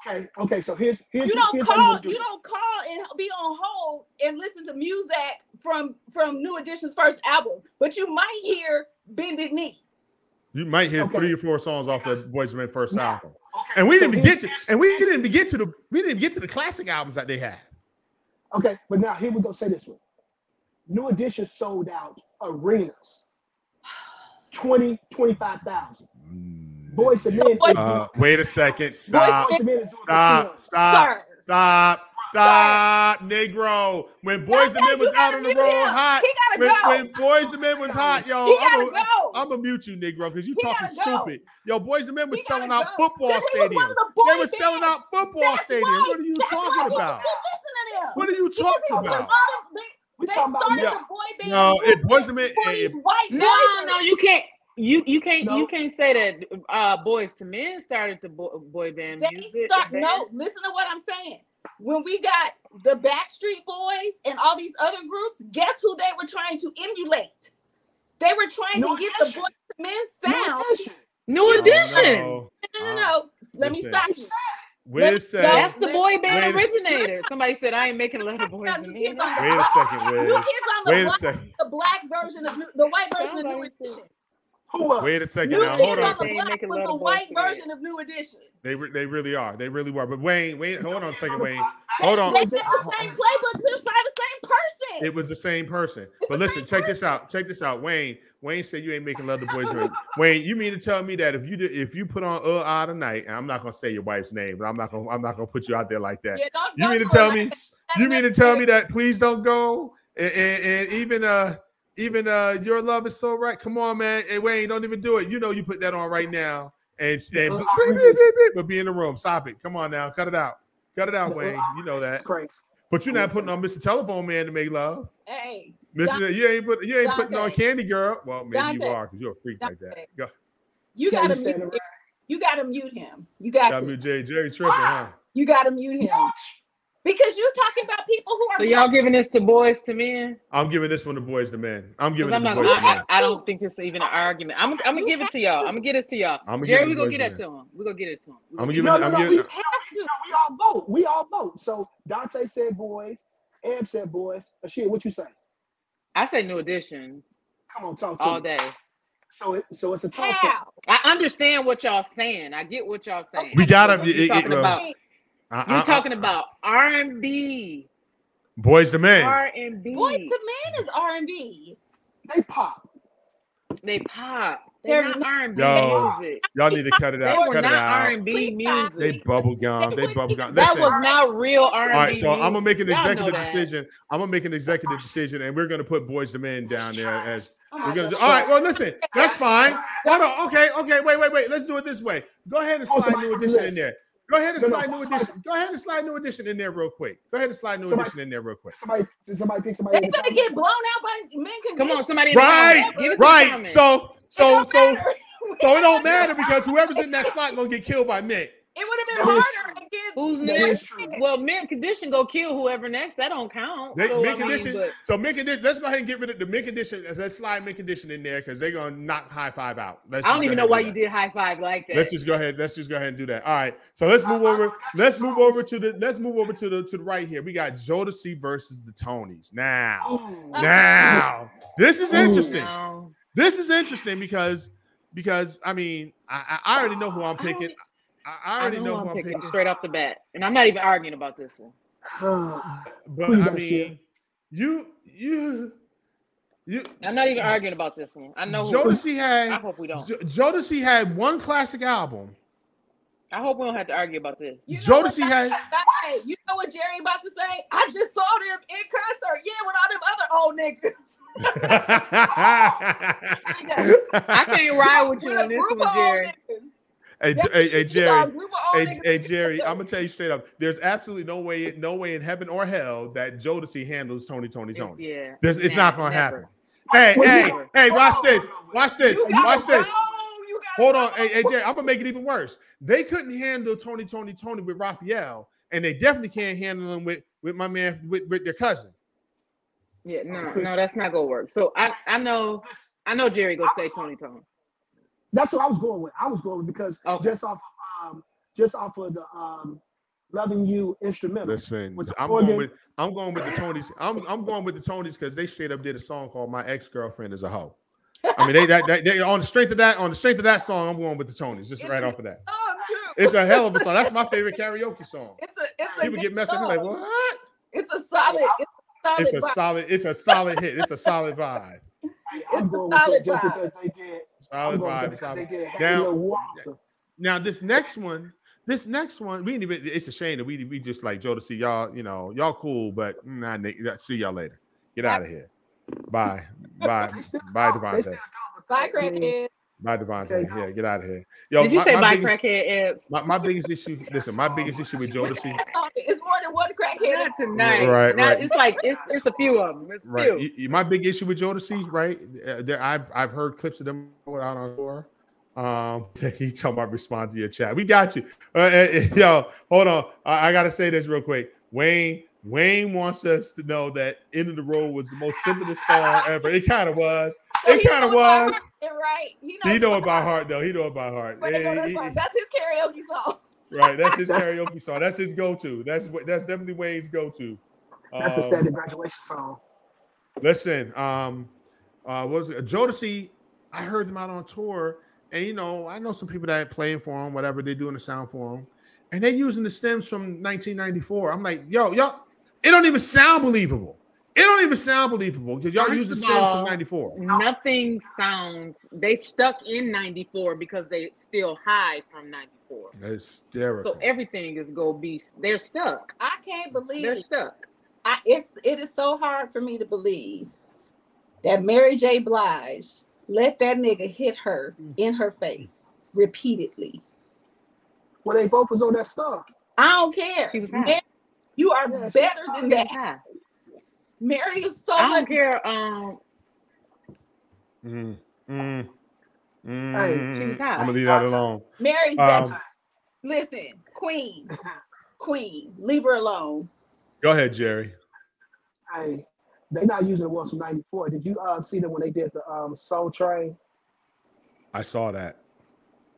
C: Okay, okay. So here's here's
B: You don't
C: here's how you
B: call
C: gonna do
B: you
C: this.
B: don't call and be on hold and listen to music from from New Edition's first album, but you might hear Bended Knee.
A: You might hear
C: Okay.
A: three or four songs off that Boys Men first
C: Nah.
A: album.
C: Okay,
A: And we
C: so
A: didn't even
C: here's-
A: get to
C: here's-
A: and we
C: here's-
A: didn't even get to the we didn't even get to the classic albums that they had.
C: Okay, but now here we go. Say this one. New Edition sold out arenas 20, 25,000. Boys and Men. is
A: Uh,
C: doing-
A: wait a second. Stop.
C: Boys and Men is doing
A: Stop.
C: casinos.
A: Stop.
B: Sir.
A: Stop. Stop. Negro. When Boys and
B: Dante,
A: Men was
B: you
A: out
B: gotta
A: on the road
B: mute him.
A: hot.
B: He
A: When,
B: gotta
A: when
B: go.
A: Boys and Men was hot, yo,
B: He
A: I'm
B: gotta
A: gonna
B: go.
A: I'm gonna mute you, Negro, because you
B: He
A: talking
B: gotta go.
A: stupid. Yo, Boys and Men was
B: He gotta
A: selling out
B: go.
A: football
B: Cause he was one
A: stadiums.
B: of the boy
A: They were
B: bands.
A: selling out football
B: That's
A: stadiums.
B: why-
A: What are you
B: that's why
A: talking
B: people
A: about?
B: still listen to them.
A: What are you
B: Because
A: talking
B: it was
A: about?
B: all of- they-
C: We
B: They
C: talking about
B: started
A: Yeah.
B: the boy band.
A: No, it
B: movement
A: wasn't it-
B: for these
A: it-
B: white
D: No,
B: boys.
D: no, you can't. You you can't
C: No.
D: you can't say that uh boys to men started the boy, boy band
B: They
D: music.
B: start
D: band.
B: no. Listen to what I'm saying. When we got the Backstreet Boys and all these other groups, guess who they were trying to emulate? They were trying
C: No
B: to get the
C: attention.
B: boys to men
C: New
B: sound.
C: Edition.
D: New
A: Oh,
D: edition.
A: no.
B: No, no, no. Let
A: Listen.
B: me stop
C: You
B: you.
C: said it.
B: Let me-
A: Wiz said,
D: That's the boy band
A: Wait.
D: originator. Somebody said I ain't making love to boys
B: Stop
D: to
B: you kids
D: men.
B: on the
A: wait a second,
B: New
A: Wiz.
B: kids on the
A: Wait a
B: block,
A: second.
B: the black version of new, the white version of New
D: Somebody said-
B: Edition.
C: Who else?
A: Wait a second.
B: New
A: Now
B: kids
A: hold
B: on
A: on.
D: They
B: the
D: ain't
B: block
D: making
B: was
D: love
B: the
D: to boys
B: white
D: today.
B: version of New Edition.
A: They re- they really are. They really were. But Wayne, Wayne, hold on a second, Wayne.
C: I-
A: Hold on.
B: They did the same playbook just by the same person.
A: It was the same person. But
B: the
A: listen,
B: same
A: check this out. Check this out. Wayne, Wayne said you ain't making love to boys. Wayne. Wayne, you mean to tell me that if you did, if you put on uh ah tonight, and I'm not gonna say your wife's name, but I'm not gonna I'm not gonna put you out there like that.
B: Yeah, don't,
A: You
B: don't
A: mean to
B: go
A: tell
B: like
A: me?
B: that.
A: You mean to tell me
B: That's
A: that please don't go? And, and, and even uh even uh your love is so right. Come on, man. Hey Wayne, don't even do it. You know you put that on right now. And, and
C: Uh,
A: but, but- but- but be in the room. Stop it. Come on now. Cut it out. Cut it out, Wayne. You know
C: This
A: that.
C: is crazy.
A: But you're not putting on Mr. Telephone Man to make love.
B: Hey,
A: Mr. You ain't put you ain't putting on
B: Dante.
A: Candy Girl. Well, maybe you
B: Dante.
A: are because you're a freak like that.
B: Dante.
A: Go.
B: you
C: Can
B: gotta
C: you
B: mute.
C: stand around?
B: You gotta mute him. You got to.
A: WJ Jerry tripping, huh?
B: You gotta mute him because you're talking about people who are.
D: So y'all giving this to boys to men?
A: I'm giving this one to boys to men. I'm
D: 'Cause
A: giving it
D: I'm
A: to
D: not.
A: boys to men.
D: I, I, I don't think it's even an argument. I'm. I'm gonna give it to y'all. I'm gonna get it to y'all.
A: I'ma give it
D: Jerry,
A: to
D: we gonna
A: boys
D: get
A: to
D: it
A: men.
D: to him. We gonna get it to him. We
A: I'm
D: gonna
A: giving
C: No,
A: it.
C: no,
A: I'm
C: no,
A: giving
C: we- You know, we all vote. We all vote. So Dante said boys. Ab said boys. Ashia, what you say?
D: I say new edition
C: Come on, talk to
D: all
C: me.
D: day.
C: So it, so it's a
A: Oh,
C: toss up.
B: How?
D: I understand what y'all saying. I get what y'all saying.
A: We gotta-
D: But You're
A: it- it-
D: talking
A: well,
D: about.
A: I- I-
D: You're
A: I-
D: talking about R and B.
A: boys to men.
D: R and
B: Boys
D: B.
B: to Men is R and B.
C: They pop.
D: They pop. They're
B: They're
D: not R and B
A: Yo.
D: music.
A: Y'all need to cut it
D: They
A: out.
D: were
A: Cut it
D: not R
A: out.
D: and B music.
A: They bubble gum. They bubble gum.
D: that
A: Listen.
D: was not real R and B.
A: All right, so I'm gonna make an
D: Y'all know
A: executive
D: that.
A: decision. I'm gonna make an executive decision, and we're gonna put boys to men down there as
B: Oh
A: We're gonna do, all right. Well, listen, that's fine. Hold on. Okay. Okay. Wait. Wait. Wait. Let's do it this way. Go ahead and
C: Oh,
A: slide
C: somebody
A: new
C: do
A: edition in
C: this.
A: there. Go ahead and
C: No, no,
A: slide new
C: somebody-
A: edition. Go ahead and slide new edition in there real quick. Go ahead and slide new
C: Somebody-
A: edition in there real quick.
C: Somebody, did somebody pick somebody?
B: They're
C: in the
B: gonna
C: comments?
B: get blown out by men condition.
D: Come on, somebody. in the
A: Right.
D: comments. Give us a
A: Right.
D: comment.
A: So so so
B: so
A: so it don't matter because whoever's in that slot gonna get killed by Mick.
B: It would
C: That
B: have been
C: is
B: harder
C: true.
B: against
D: who's
C: That is
D: next?
C: true.
D: Well, men condition go kill whoever next. That don't count.
A: They,
D: So, I
A: mid
D: mean,
A: condition.
D: but-
A: so mid condition. Let's go ahead and get rid of the mid condition. Let's slide mid condition in there because they're gonna knock high five out. Let's just
D: I don't
A: go ahead
D: even know
A: and
D: why
A: do
D: you
A: that.
D: did high five like that.
A: Let's just go ahead. Let's just go ahead and do that. All right. So let's move over. Let's move over to the. Let's move over to the to the right here. We got Jodeci versus the Tonys. Now,
D: Oh,
A: now, this is interesting.
D: no.
A: This is interesting because because I mean I I I already know who I'm picking. I, I
D: e, I
A: already know,
D: know
A: who
D: I'm picking
A: picking.
D: straight off the bat, and I'm not even arguing about this one.
A: But
C: Who you
A: I
C: got, Sia?
A: mean, you you you.
D: I'm not even arguing about this one. I know. Who,
A: Jodeci
D: I
A: had
D: hope we don't.
A: Jo- Jodeci had one classic album.
D: I hope we don't have to argue about this.
B: You know
A: Jodeci
B: what
A: has-
B: Dante- Dante, You know what Jerry about to say? I just saw them in concert. Yeah, with all them other old niggas.
D: I can't even ride with you
B: With a
D: on this
B: group of
D: one,
B: old
D: Jerry.
B: niggas.
A: Hey, J- hey, hey,
B: You saw a
A: Jerry.
B: group of old
A: Hey,
B: niggas.
A: hey, Jerry, I'm gonna tell you straight up. There's absolutely no way, no way in heaven or hell that Jodeci handles Tony, Tony, Tony.
D: Yeah,
A: There's, it's
D: nah,
A: not gonna
D: never.
A: happen. Hey,
C: Well,
A: hey,
D: you-
A: hey, watch this, watch this,
B: You gotta
A: watch this.
B: go. You gotta
A: Hold on,
B: go.
A: hey, hey, Jerry, I'm gonna make it even worse. They couldn't handle Tony, Tony, Tony with Raphael, and they definitely can't handle him with with my man with, with their cousin.
D: Yeah, no,
C: Chris-
D: no, that's not gonna work. So I, I know, I know Jerry gonna say Tony Tone.
C: That's what I was going with. I was going with because
D: Okay.
C: just off of um, just off of the um, loving you instrumental.
A: Listen,
C: With the
A: I'm
C: organ.
A: going with I'm going with the Tonys. I'm I'm going with the Tonys because they straight up did a song called "My Ex Girlfriend Is a Hoe." I mean, they that they, they on the strength of that on the strength of that song, I'm going with the Tonys just right off of that.
B: Oh, dude.
A: It's a hell of a song. That's my favorite karaoke song.
B: It's a it's a
A: People
B: good
A: get messed up they're like,
B: song.
A: "What?"
B: It's a solid. It's a solid.
A: It's a solid. It's
B: vibe.
A: a solid hit. It's a solid vibe.
C: Hey,
B: It's
C: I'm
B: a
C: going with
B: solid
C: it just
B: vibe.
C: because they did. I'm
A: Solid
C: going with it
A: vibe.
C: because they
A: Solid.
C: did. Happy
A: Now-
C: Little Walker.
A: Now this next one, this next one, we didn't even. It's a shame that we we just like Joe to see y'all. You know, y'all cool, but nah, nigga, see y'all later. Get out of here. Bye, bye,
C: They still
A: bye,
C: don't- they still
A: Devontae.
C: don't, but
B: Bye,
C: they did.
B: crackhead.
A: Bye, Devontae. Yeah, get out of here. Yo,
D: Did you
A: my,
D: say
A: my
D: by
A: biggest,
D: crackhead abs?
A: My, my biggest issue. Listen, my biggest issue with Jodeci.
B: It's more than one crackhead.
D: Not tonight.
A: Right,
D: Not-
A: right.
D: It's like it's it's a few of them. It's
A: Right,
D: few.
A: y- y- my big issue with Jodeci, right? Uh, there, I've I've heard clips of them out on tour. Um, he told my respond to your chat. We got you, uh, uh, uh, yo. Hold on, I, I gotta say this real quick. Wayne Wayne wants us to know that "End of the Road" was the most simplest song ever. It kind of was.
B: So
A: It
B: he
A: kind of
B: knows by
A: was.
B: heart, Right. He knows.
A: He know
B: by
A: it by heart though. He know it by heart.
B: But they know
A: Yeah,
B: that
A: he-
B: song.
A: he-
B: That's his karaoke song.
A: right, that's his karaoke song. That's his go-to. That's what. That's definitely Wayne's go-to.
C: That's the
A: Um,
C: standard graduation song.
A: Listen, um, uh, what was it? Jodeci, I heard them out on tour, and you know, I know some people that playing for them, whatever they doing the sound for them, and they using the stems from 1994. I'm like, yo, yo, it don't even sound believable. It don't even sound believable because y'all
D: First
A: use the
D: of
A: stems
D: all-
A: from 94.
D: Nothing sounds. They stuck in '94 because they still high from '94.
A: That's hysterical.
D: So everything is gonna be. They're stuck.
B: I can't believe
D: They're
B: it.
D: stuck.
B: I, it's it is so hard for me to believe that Mary J. Blige let that nigga hit her
D: Mm.
B: in her face repeatedly.
C: Well, they both was on that star.
B: I don't care.
D: She was hot.
B: Mary, you are
C: Yeah, she
B: better than that.
D: High.
B: Mary is so
D: I
B: much.
D: don't care. Um,
A: Mm, mm,
C: Hey,
D: she was
A: mm.
D: hot.
A: I'm gonna leave that alone.
B: Mary's
A: Um,
B: better. Listen, Queen, Queen, leave her alone.
A: Go ahead, Jerry.
C: Hey, they're not using the ones from '94. Did you uh, see that when they did the um, Soul Train?
A: I saw that. I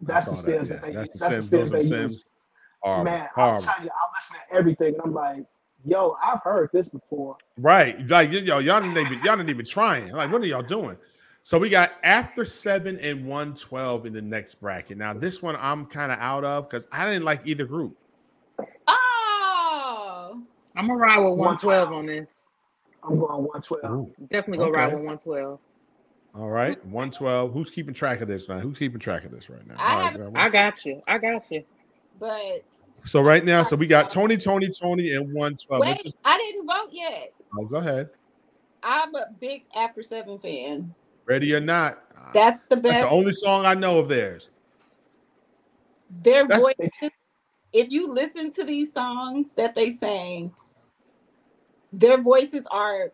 C: That's the
A: saw that,
C: stems
A: yeah.
C: that, they
A: That's
C: used.
A: the
C: That's the
A: stems. Those
C: stems
A: are
C: they
A: stems.
C: used.
A: Horrible.
C: Man, I'm
A: Horrible.
C: telling you, I listen to everything, and I'm like, yo, I've heard this before.
A: Right. Like y- yo, y'all didn't even y'all didn't even trying. Like, what are y'all doing? So we got after seven and 112 in the next bracket. Now, this one I'm kind of out of because I didn't like either group.
B: Oh,
D: I'm gonna ride with 112 on this.
C: I'm going 112.
A: Ooh,
D: Definitely go ride
A: Okay.
D: with 112.
A: All right. 112. Who's keeping track of this now? Who's keeping track of this right now?
B: I
A: All right,
B: have-
A: girl.
D: I got you. I got you.
B: but
A: so right now, so we got Tony, Tony, Tony, and 112.
B: wait,
A: This is-
B: I didn't vote yet.
A: oh, go ahead.
B: I'm a big After Seven fan.
A: Ready or not.
B: That's the
A: Uh, That's
B: best.
A: the only song I know of theirs.
B: Their
A: that's-
B: voices. If you listen to these songs that they sang, their voices are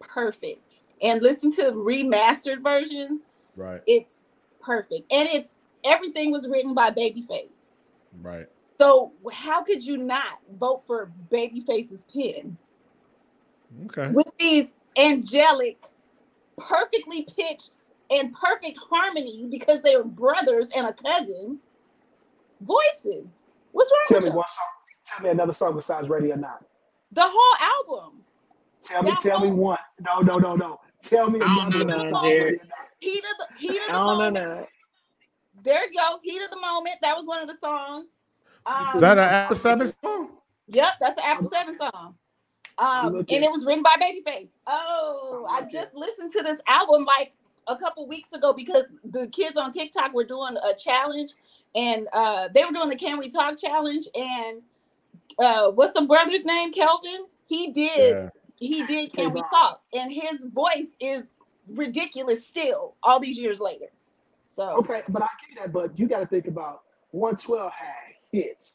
B: perfect. And listen to remastered versions.
A: Right,
B: It's perfect. And it's everything was written by Babyface.
A: right.
B: So how could you not vote for Babyface's pen?
A: Okay.
B: with these angelic, perfectly pitched and perfect harmony because they were brothers and a cousin voices. What's
C: Tell
B: wrong
C: me
B: with you?
C: one song. Tell me another song besides Ready or Not.
B: The whole album.
C: Tell me,
B: That
C: tell me
B: whole-
C: one. No, no, no, no. Tell me
D: I don't
C: another
B: know
C: that's
B: that,
C: not
B: Derek.
C: Ready or Not.
B: Heat of the heat of
D: I
B: the
D: don't
B: moment.
D: know.
B: There you go. Heat of the moment. That was one of the songs.
A: Is
B: Um,
A: that an after seven song?
B: yep, that's the after seven song. Um,
C: Look
B: and
C: at-
B: it was written by Babyface. Oh, I
C: Look
B: just listened to this album like a couple weeks ago because the kids on TikTok were doing a challenge and uh they were doing the Can We Talk challenge and uh what's the brother's name? Kelvin? He did
A: Yeah.
B: he did Can We
C: Rock.
B: Talk and his voice is ridiculous still all these years later. So
C: Okay, but I get that. But you got to think about 112 had hits.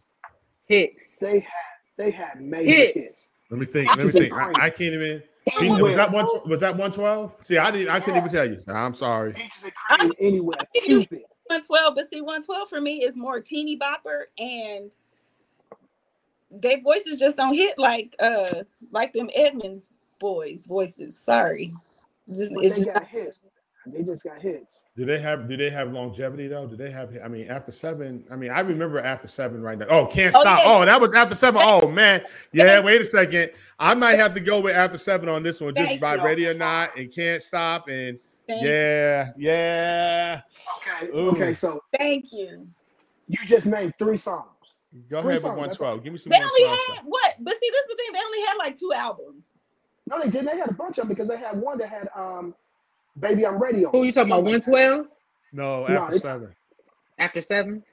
D: Hits.
C: They had they had major
D: Hits.
C: hits.
A: Let me think. Let
C: That's
A: me
C: just
A: think. I,
C: incredible.
A: I can't even.
B: And
A: Pete,
B: what-
A: was
C: Anywhere,
A: that one? Was that one twelve? See, I didn't. I couldn't even tell you. I'm sorry.
C: peaches and cream. Anywhere,
B: give you-
C: Cupid.
B: 112, but see, 112 for me is more teeny bopper and their voices just don't hit like uh like them Edmonds boys voices. Sorry. Just
C: But
B: it's
C: they
B: just
C: got hits. They just got hits.
A: Do they have? Do they have longevity though? Do they have? I mean, after seven. I mean, I remember after seven right now. Oh, can't
B: Oh,
A: stop.
B: yeah.
A: Oh, that was after seven. Oh man. Yeah.
B: Yeah.
A: Wait a second. I might have to go with after seven on this one, just
B: Thank
A: by
C: you.
A: ready or not, and can't stop. And
B: thank,
A: yeah, yeah.
C: Okay,
A: Ooh.
C: okay. So
B: thank you.
C: you just named three songs.
A: Go ahead
C: Three
A: with
C: songs,
A: one
C: that's
A: twelve. Give me some
B: They
A: one
B: only
A: twelve.
B: had what? But see, this is the thing, they only had like two albums.
C: No, they didn't. They had a bunch of them because they had one that had um, "Baby I'm Radio."
D: Who you talking about? One twelve
A: No,
C: No,
A: after
C: it's-
A: seven.
D: after seven.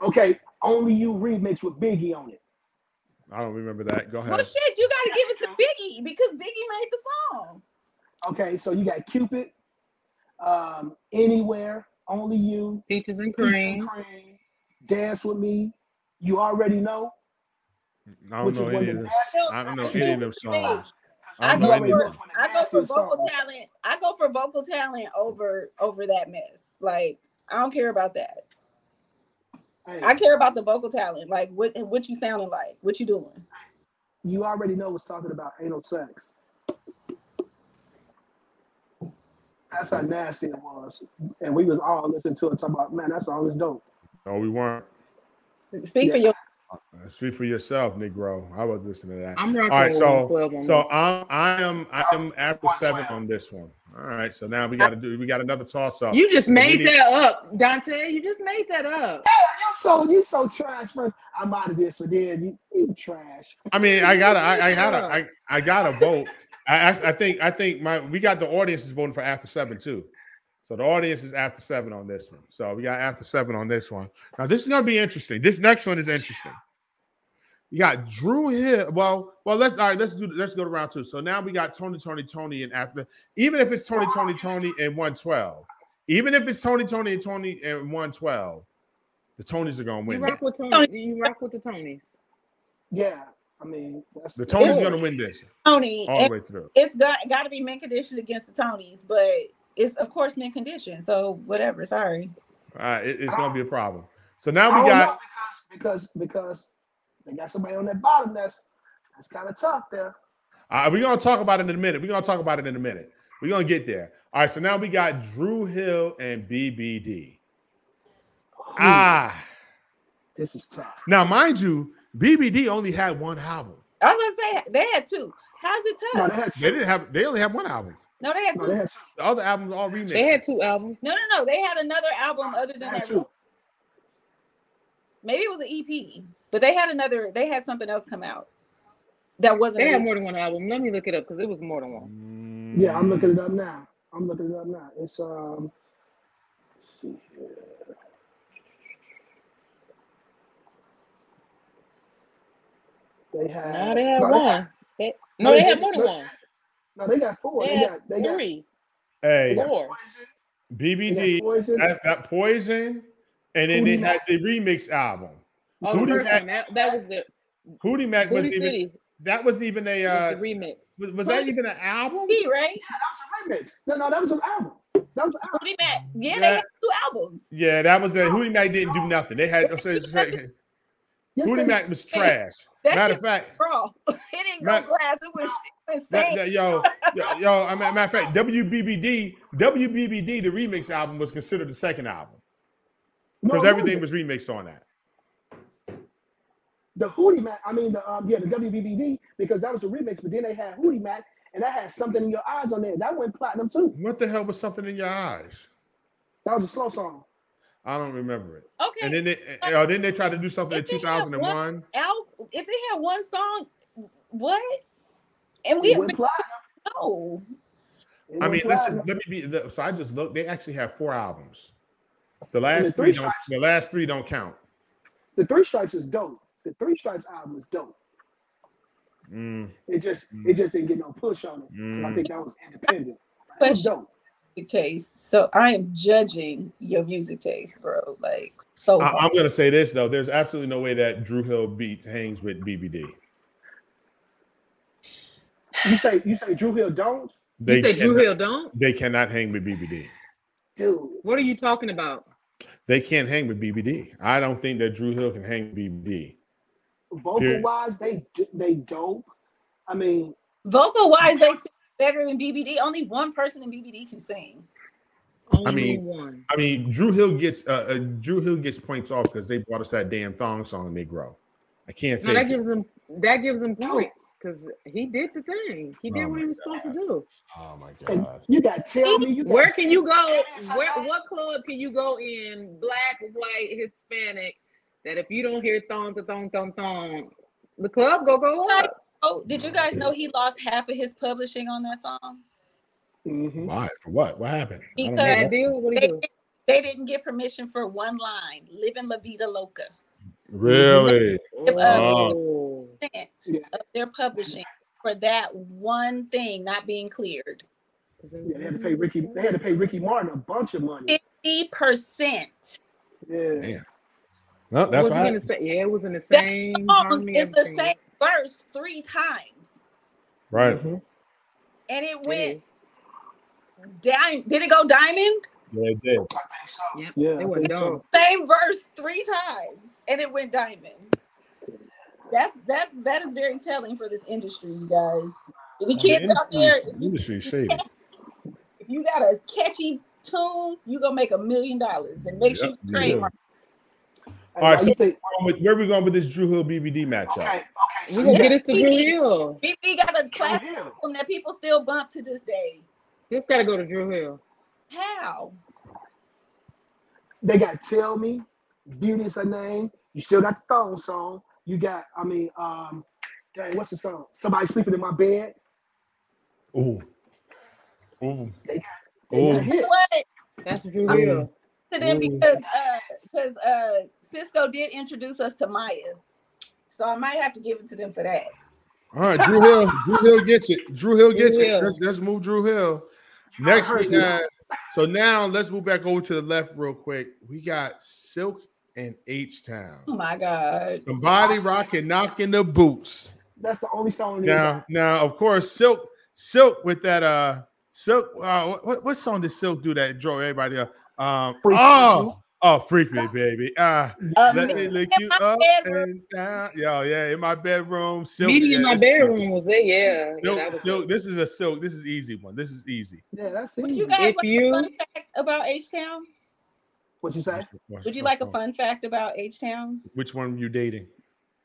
C: Okay, only you remix with Biggie on it.
A: I don't remember that. Go
B: Well
A: ahead.
B: shit, you gotta
C: Yes,
B: give it to Biggie because Biggie made the song.
C: Okay, so you got Cupid, um, Anywhere, Only You,
D: Peaches and
C: Peaches and
D: cream.
C: Cream, Dance with Me. You already know,
A: I don't
C: which
A: know
C: is one
A: any
C: of
A: of
C: the
A: this.
C: nastiest.
A: I don't know any
B: I
A: of
B: think
A: them
B: it's great.
A: songs. I
B: I
A: don't know
C: You
B: go
A: any.
C: already know
B: for
C: it's one of the
B: I go for
C: nastiest
B: vocal
C: songs.
B: talent. I go for vocal talent over over that mess. Like I don't care about that.
C: Hey,
B: I care about the vocal talent. Like what what you sounding like? What you doing?
C: you already know what's talking about anal sex. That's how nasty it was, and we was all listening to it talking about, man, that song is dope.
A: No, we weren't.
B: Speak for
C: Yeah.
B: your
A: Uh, Speak for yourself, Negro. I was listening to that.
D: I'm rocking
A: All right,
D: with
A: so
D: one twelve on
A: so
D: this.
A: I'm I am I am after seven
C: 112.
A: on this one. All right, so now we got to do we got another toss up.
D: You just
A: So we
D: made
A: need-
D: that up, Dante. You just made that up.
C: You so you so trash, man. I'm out of this, but then you, you trash.
A: I mean, I gotta I, I
D: Yeah.
A: gotta I, I gotta vote. I, I I think I think my we got the audience is voting for after seven too. So the audience is after seven on this one. So we got after seven on this one. Now this is gonna be interesting. This next one is interesting. You got Drew Hill. Well, well, let's all right. Let's do. Let's go to round two. So now we got Tony, Tony, Tony, and after. Even if it's Tony, Tony, Tony, and one twelve. Even if it's Tony, Tony, and Tony, and one twelve, the Tonys are gonna
D: You
A: win.
D: rock with Tony. You rock with the Tonys.
C: Yeah, I mean that's
A: The Tonys
B: It's-
A: are gonna win this
B: Tony.
A: all the
B: And
A: way through.
B: it's got got to be mint condition against the Tonys, but it's of course mint condition. So whatever. Sorry.
A: All right, it- it's gonna be a problem. So now
C: Ah. I
A: we
C: don't
A: got.
C: know because because because they got somebody on that bottom that's that's kind of tough there.
A: Uh, we're gonna talk about it in a minute. We're gonna talk about it in a minute. We're gonna get there. All right. So now we got Drew Hill and BBD.
C: Hmm.
A: Ah,
C: This is tough.
A: now mind you, BBD only had one album.
B: I was gonna say they had two. How's it
C: No,
B: tough?
C: they had two.
A: They didn't have. They only had one album.
B: No, they had
C: No,
B: two.
C: they had two.
A: The other albums are all remixes.
D: They had two albums.
B: No, no, no. They had another album other
C: They
B: than
C: had
B: that.
C: two.
B: Maybe it was an EP, but they had another. They had something else come out that wasn't. E
D: They
B: a
D: had
B: re-
D: more than one album. Let me look it up because it was more than one.
C: Yeah, I'm looking it up now. I'm looking it up now. It's um. let's see here. They had
D: No, they had
C: no,
D: one. They-
C: no,
D: no, they
C: they-
D: had more than
C: they-
D: one.
C: no, they got four.
D: They
C: They
D: had
C: got they got
D: Three.
A: Hey,
D: Lord.
C: They
A: BBD,
C: got Poison.
A: that, that poison, and then they
C: Hootie
A: had the remix album.
D: Oh, the
A: Booty
D: first
A: Mac-
D: one. That, that was the
A: Hootie Mac was
D: Booty
A: even
D: City.
A: that wasn't even a
D: was
A: uh,
D: the remix.
A: was, was that even an album?
B: P, right?
C: Yeah, that was a remix. No, no, that was an album. That was an album.
B: Booty Mac. Yeah, they
A: Yeah.
B: had two albums.
A: Yeah, that was that. Hootie Mac didn't do nothing. They had so it's like,
C: Yes, they-
A: Hootie Mac was trash.
B: That
A: Matter
B: shit
A: of fact,
B: Bro, it didn't go
A: Mac-
B: glass. It was
A: that,
B: insane.
A: that- yo, yo, yo, I mean, matter of fact, WBBD, WBBD, the remix album was considered the second album
C: no,
A: because
C: it
A: everything
C: wasn't.
A: was remixed on that.
C: the Hootie Mac. I mean, the um, yeah, the WBBD because that was a remix. But then they had Hootie Mac, and that had something in your eyes on there. That went platinum too.
A: What the hell was something in your eyes?
C: That was a slow song.
A: I don't remember it.
B: okay.
A: And then they, oh, then they tried to do something in
B: If they had
A: 2001.
B: Al, if they had one song, what? And we
C: It
B: have
C: went
B: been
C: platinum.
B: no.
C: It
A: I
C: went
A: mean, let's just
C: platinum.
A: let me be. the- So I just looked. They actually have four albums. The last
C: the
A: three
C: Three
A: don't.
C: Stripes-
A: The last three don't count.
C: the Three Stripes is dope. The Three Stripes album is dope.
A: Mm,
C: It just
A: Mm.
C: it just didn't get no push on it. 'cause I
A: mm.
C: think that was independent. It was
B: Question.
C: dope.
B: music taste. So I am judging your music taste, bro. Like so
A: I, am gonna say this though. There's absolutely no way that Drew Hill beats hangs with BBD.
C: You say you say Drew Hill don't,
A: They
D: You said Drew
A: cannot-
D: Hill don't?
A: They cannot hang with BBD.
C: dude.
D: What are you talking about?
A: They can't hang with BBD. I don't think that Drew Hill can hang with BBD.
C: Vocal
A: Period.
C: wise, they do- they dope. I mean,
B: vocal wise, they sing better than BBD. Only one person in BBD can sing.
D: Only
A: mean-
D: one.
A: I mean, Drew Hill gets uh, uh Drew Hill gets points off because they brought us that damn thong song. They grow. I can't
D: No,
A: say
D: that gives him that gives him
C: No.
D: points because he did the thing. He did
A: Oh
D: what
A: my
D: he was supposed to do.
A: Oh my
C: and
A: god.
C: you got tell me you got
D: Where can you go?
C: Yes, I
D: Where
C: know.
D: what club can you go in? Black, white, Hispanic. That if you don't hear thong thong, thong thong thong, the club go go up.
B: Oh, did you guys know he lost half of his publishing on that song?
C: Mhm.
A: Why? For what? What happened? I don't know.
B: Because-
D: Bad
A: That's-
D: deal. What do
B: They,
D: you do?
B: they didn't get permission for one line. Living La Vida Loca.
A: Really?
B: Give up.
D: Oh.
B: Sense
C: Yeah.
B: Of their publishing for that one thing not being cleared.
C: Yeah, they had to pay Ricky. They had to pay Ricky Martin a bunch of money.
B: Fifty percent.
C: Yeah,
A: Damn. No, that's
D: It wasn't in the
A: right.
D: sa- yeah, it was in the
B: That
D: same
B: Song
D: harmony,
B: is Oh, the
D: everything.
B: same verse three times,
A: Right.
C: Mhm.
B: and it
D: It
B: went.
D: is.
B: Di- did it go diamond?
A: Yeah, it did.
C: I think so.
D: Yep,
C: Yeah,
D: They
C: I
D: were
C: think so.
D: dumb.
B: same verse three times and it went diamond. That's that that is very telling for this industry, you guys. Any kids
A: The
B: out there,
A: industry- the Industry shady.
B: if you got a catchy tune, you gonna make a million dollars and make sure
A: Yep,
B: you
A: you do.
B: trademark.
C: Hey,
A: All right,
C: why
A: so-
C: you think-
A: With- Where we going with this Drew Hill BBD
C: okay,
A: matchup?
C: okay. So you
D: We're gonna get
C: got
D: this to Drew Hill.
B: BB got a
C: Drew
B: classic
C: Hill.
B: album that people still bump to this day.
D: This gotta go to Drew Hill.
B: How?
C: They got tell me, beauty is her name. You still got the thong song. You got, I mean, um, dang, what's the song? Somebody sleeping in my bed.
A: Ooh. Ooh.
C: They got
A: Ooh.
C: hits.
B: What
D: That's Drew
A: Mm.
D: Hill.
B: to them
A: Mm.
B: because uh because uh Cisco did introduce us to Maya. So I might have to give it to them for that.
A: All right, Drew Hill. Drew Hill gets it. Drew Hill gets
D: Drew
A: it.
D: Hill.
A: Let's, let's move Drew Hill.
C: You know,
A: Next
C: I heard
A: we
C: you.
A: got. So now let's move back over to the left real quick. We got Silk and H
B: Oh
A: Town.
B: my God.
A: Somebody rocking, knocking the boots.
C: That's the only song. they got.
A: Now, now, of course, Silk, Silk with that uh, Silk. Uh, what what song did Silk do that drove everybody up? Um,
C: Freak Me,
A: oh, oh, freak me, baby. Uh,
B: Um,
A: let me lick
B: in
A: you
B: my
A: up
B: bedroom.
A: and down. Yo, yeah, in my bedroom. Silk,
D: Meeting in
A: yeah,
D: my
A: this-
D: bedroom was there, yeah. yeah,
A: Silk,
D: that was
A: silk. This is a silk. This is easy one. This is easy.
C: Yeah, that's
B: Would
C: easy.
B: you guys
D: If
B: like a
D: you-
B: fun fact about H Town?
C: What you say?
B: Would you like a fun fact about H Town?
A: Which one you dating?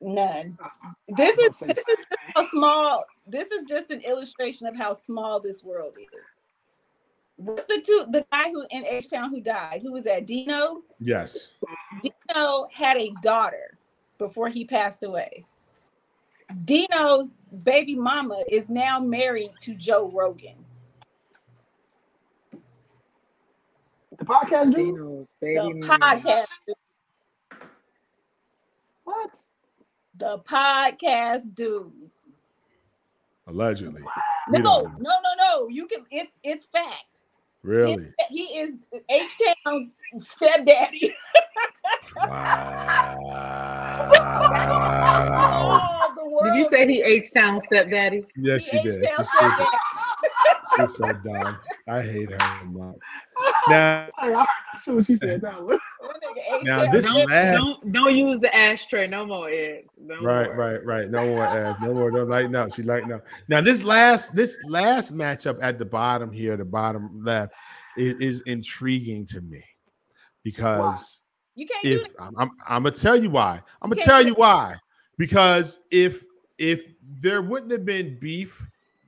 B: None.
D: Uh-uh.
C: I
B: This
C: was
B: is
C: gonna
B: this
C: say
B: is just how small. This is just an illustration of how small this world is. What's the two? The guy who in H Town who died, who was that? Dino.
A: Yes.
B: Dino had a daughter before he passed away. Dino's baby mama is now married to Joe Rogan.
C: The podcast dude?
D: Dino's
B: The
D: baby. mama.
B: podcast,
C: What?
B: the podcast dude.
A: Allegedly. We
B: No,
A: don't
B: no, no, no. You can. It's it's fact.
A: Really?
B: He is H Town's stepdaddy.
A: Wow.
B: All the world.
D: Did you say he H Town stepdaddy?
A: yes, she
B: H
A: did.
B: Town's
A: She's stupid.
B: stepdaddy.
A: She's so dumb. I hate her so much. Now,
C: I heard that soon as she said that one.
B: That nigga H.
A: Now
B: Town.
A: this-
D: Don't,
A: last-
D: don't don't use the ashtray no more, Ed. No
A: right,
D: more.
A: right, right. No more ass. No more. Don't lighten up. She lighten up. Now this last this last matchup at the bottom here, the bottom left, is, is intriguing to me because
B: you can't do
A: if
B: that.
A: I'm, I'm, I'm gonna tell you why. I'm gonna
B: Okay.
A: tell you why. Because if if there wouldn't have been beef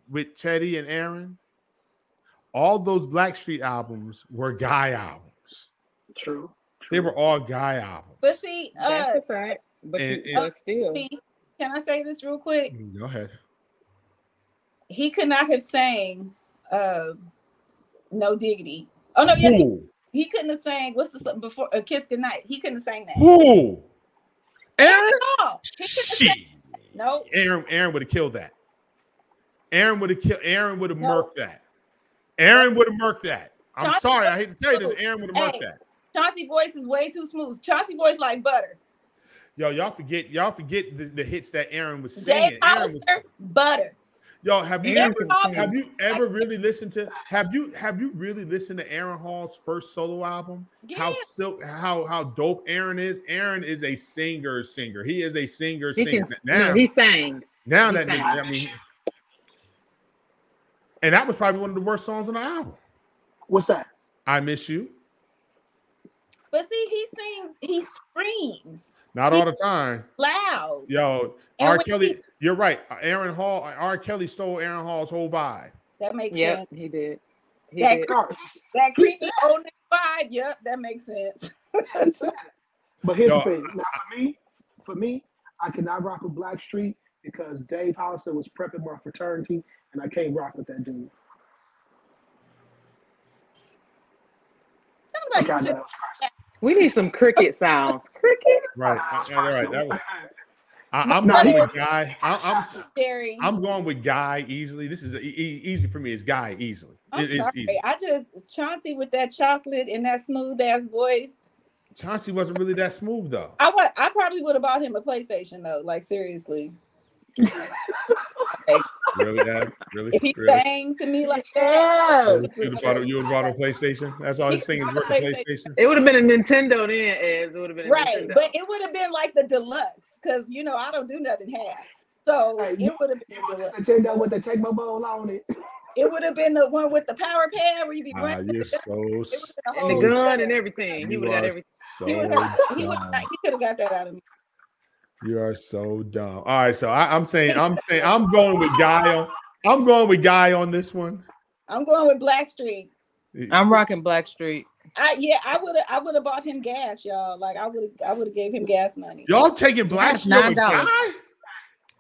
A: with Teddy and Aaron, all those Blackstreet albums were guy albums.
C: True.
A: They were all guy albums.
B: But see,
D: That's
B: uh,
D: a fact. But,
A: and-
D: you- but
B: and-
D: still,
B: can I say this real quick?
A: Mm, Go ahead.
B: He could not have sang uh, "No Diggity." Oh no, yes, he,
A: Who?
B: he couldn't have sang. What's the song before a kiss goodnight? He couldn't have sang that.
A: Who? Aaron?
B: No, he couldn't have sang-
A: She.
B: Nope.
A: Aaron. Aaron would have killed that. Aaron would have killed. Aaron would have
B: No.
A: murked that. Aaron would have murked that. I'm
B: Johnny
A: sorry. I hate to tell you this.
B: Depp.
A: Aaron would have murked
B: Hey.
A: that.
B: Chauncey Boyce is way too smooth. Chauncey Boyce like butter.
A: Yo, y'all forget y'all forget the, the hits that Aaron was
B: Jay
A: singing. Aaron was,
B: Hollister, butter.
A: yo, have you
D: Aaron
A: ever,
D: can sing.
A: have you ever really listened to have you have you really listened to Aaron Hall's first solo album?
B: Yeah.
A: How silk how how dope Aaron is. Aaron is a singer singer. He is a singer
D: he
A: singer
D: can.
A: now.
D: No, he sings.
A: now
D: he
A: that
D: sang.
A: nigga, I mean, and that was probably one of the worst songs on the album.
C: What's that?
A: I miss you.
B: But see, he sings, he screams
A: Not all the time.
B: loud.
A: Yo,
B: And
A: R.
B: when
A: Kelly,
B: he-
A: you're right. Aaron Hall, R. Kelly stole Aaron Hall's whole vibe.
B: That makes
D: Yep,
B: sense.
D: he did. He
B: That
D: did.
C: All right, he said
B: That creepy old nigga vibe. Yep, that makes sense.
C: that, he said that. But here's
A: Yo,
C: the thing. Now for me, for me, I cannot rock with Blackstreet because Dave Hollister was prepping my fraternity, and I can't rock with that dude. I
B: Somebody
C: got
B: should-
C: that was personal.
D: We need some cricket sounds. Cricket.
A: Right.
C: That
A: I,
C: was
A: I- all right.
C: personal.
A: That was I, I'm
C: No,
A: going
C: he-
A: with guy. I, I'm
B: Jerry,
A: I'm going with guy easily. This is a, e- e- easy for me. It's guy easily.
B: I'm
A: It- it's
B: sorry.
A: easy.
B: I just Chauncey with that chocolate and that smooth ass voice.
A: Chauncey wasn't really that smooth though.
B: I wa- I probably would have bought him a PlayStation though. Like seriously,
A: Really, Adam? Really,
B: if he
A: really.
B: sang to me like that,
A: You would have bought, a- you would've bought a PlayStation. That's all
B: He
A: his singing is
B: bought
A: worth
B: a
A: the PlayStation.
D: It would have been a Nintendo then, Ez. It would have been a
B: right?
D: Nintendo.
B: But it would have been like the deluxe because you know I don't do nothing half. So
C: Hey,
B: it
C: you-
B: would have been
C: You
B: the
C: want this
B: deluxe.
C: Nintendo with the Tecmo Bowl on it?
B: it would have been the one with the power pad where you be
A: Ah,
B: running.
A: you're so
B: It would've
A: stupid.
B: been a
D: and the
B: whole
A: Oh.
D: gun and
B: setup.
D: everything. He
A: You
D: would have got
A: are
D: everything.
A: so
B: He would have. He would.
A: dumb.
B: He could have got that out of me.
A: You are so dumb. All right, so I, I'm saying, I'm saying, I'm going with guy. On, I'm going with guy on this one.
B: I'm going with Blackstreet.
E: I'm rocking Blackstreet.
B: I yeah, I would have I would have bought him gas, y'all. Like I would have I would have gave him gas money.
A: Y'all taking black
E: That's
A: over
E: $9.
A: guy?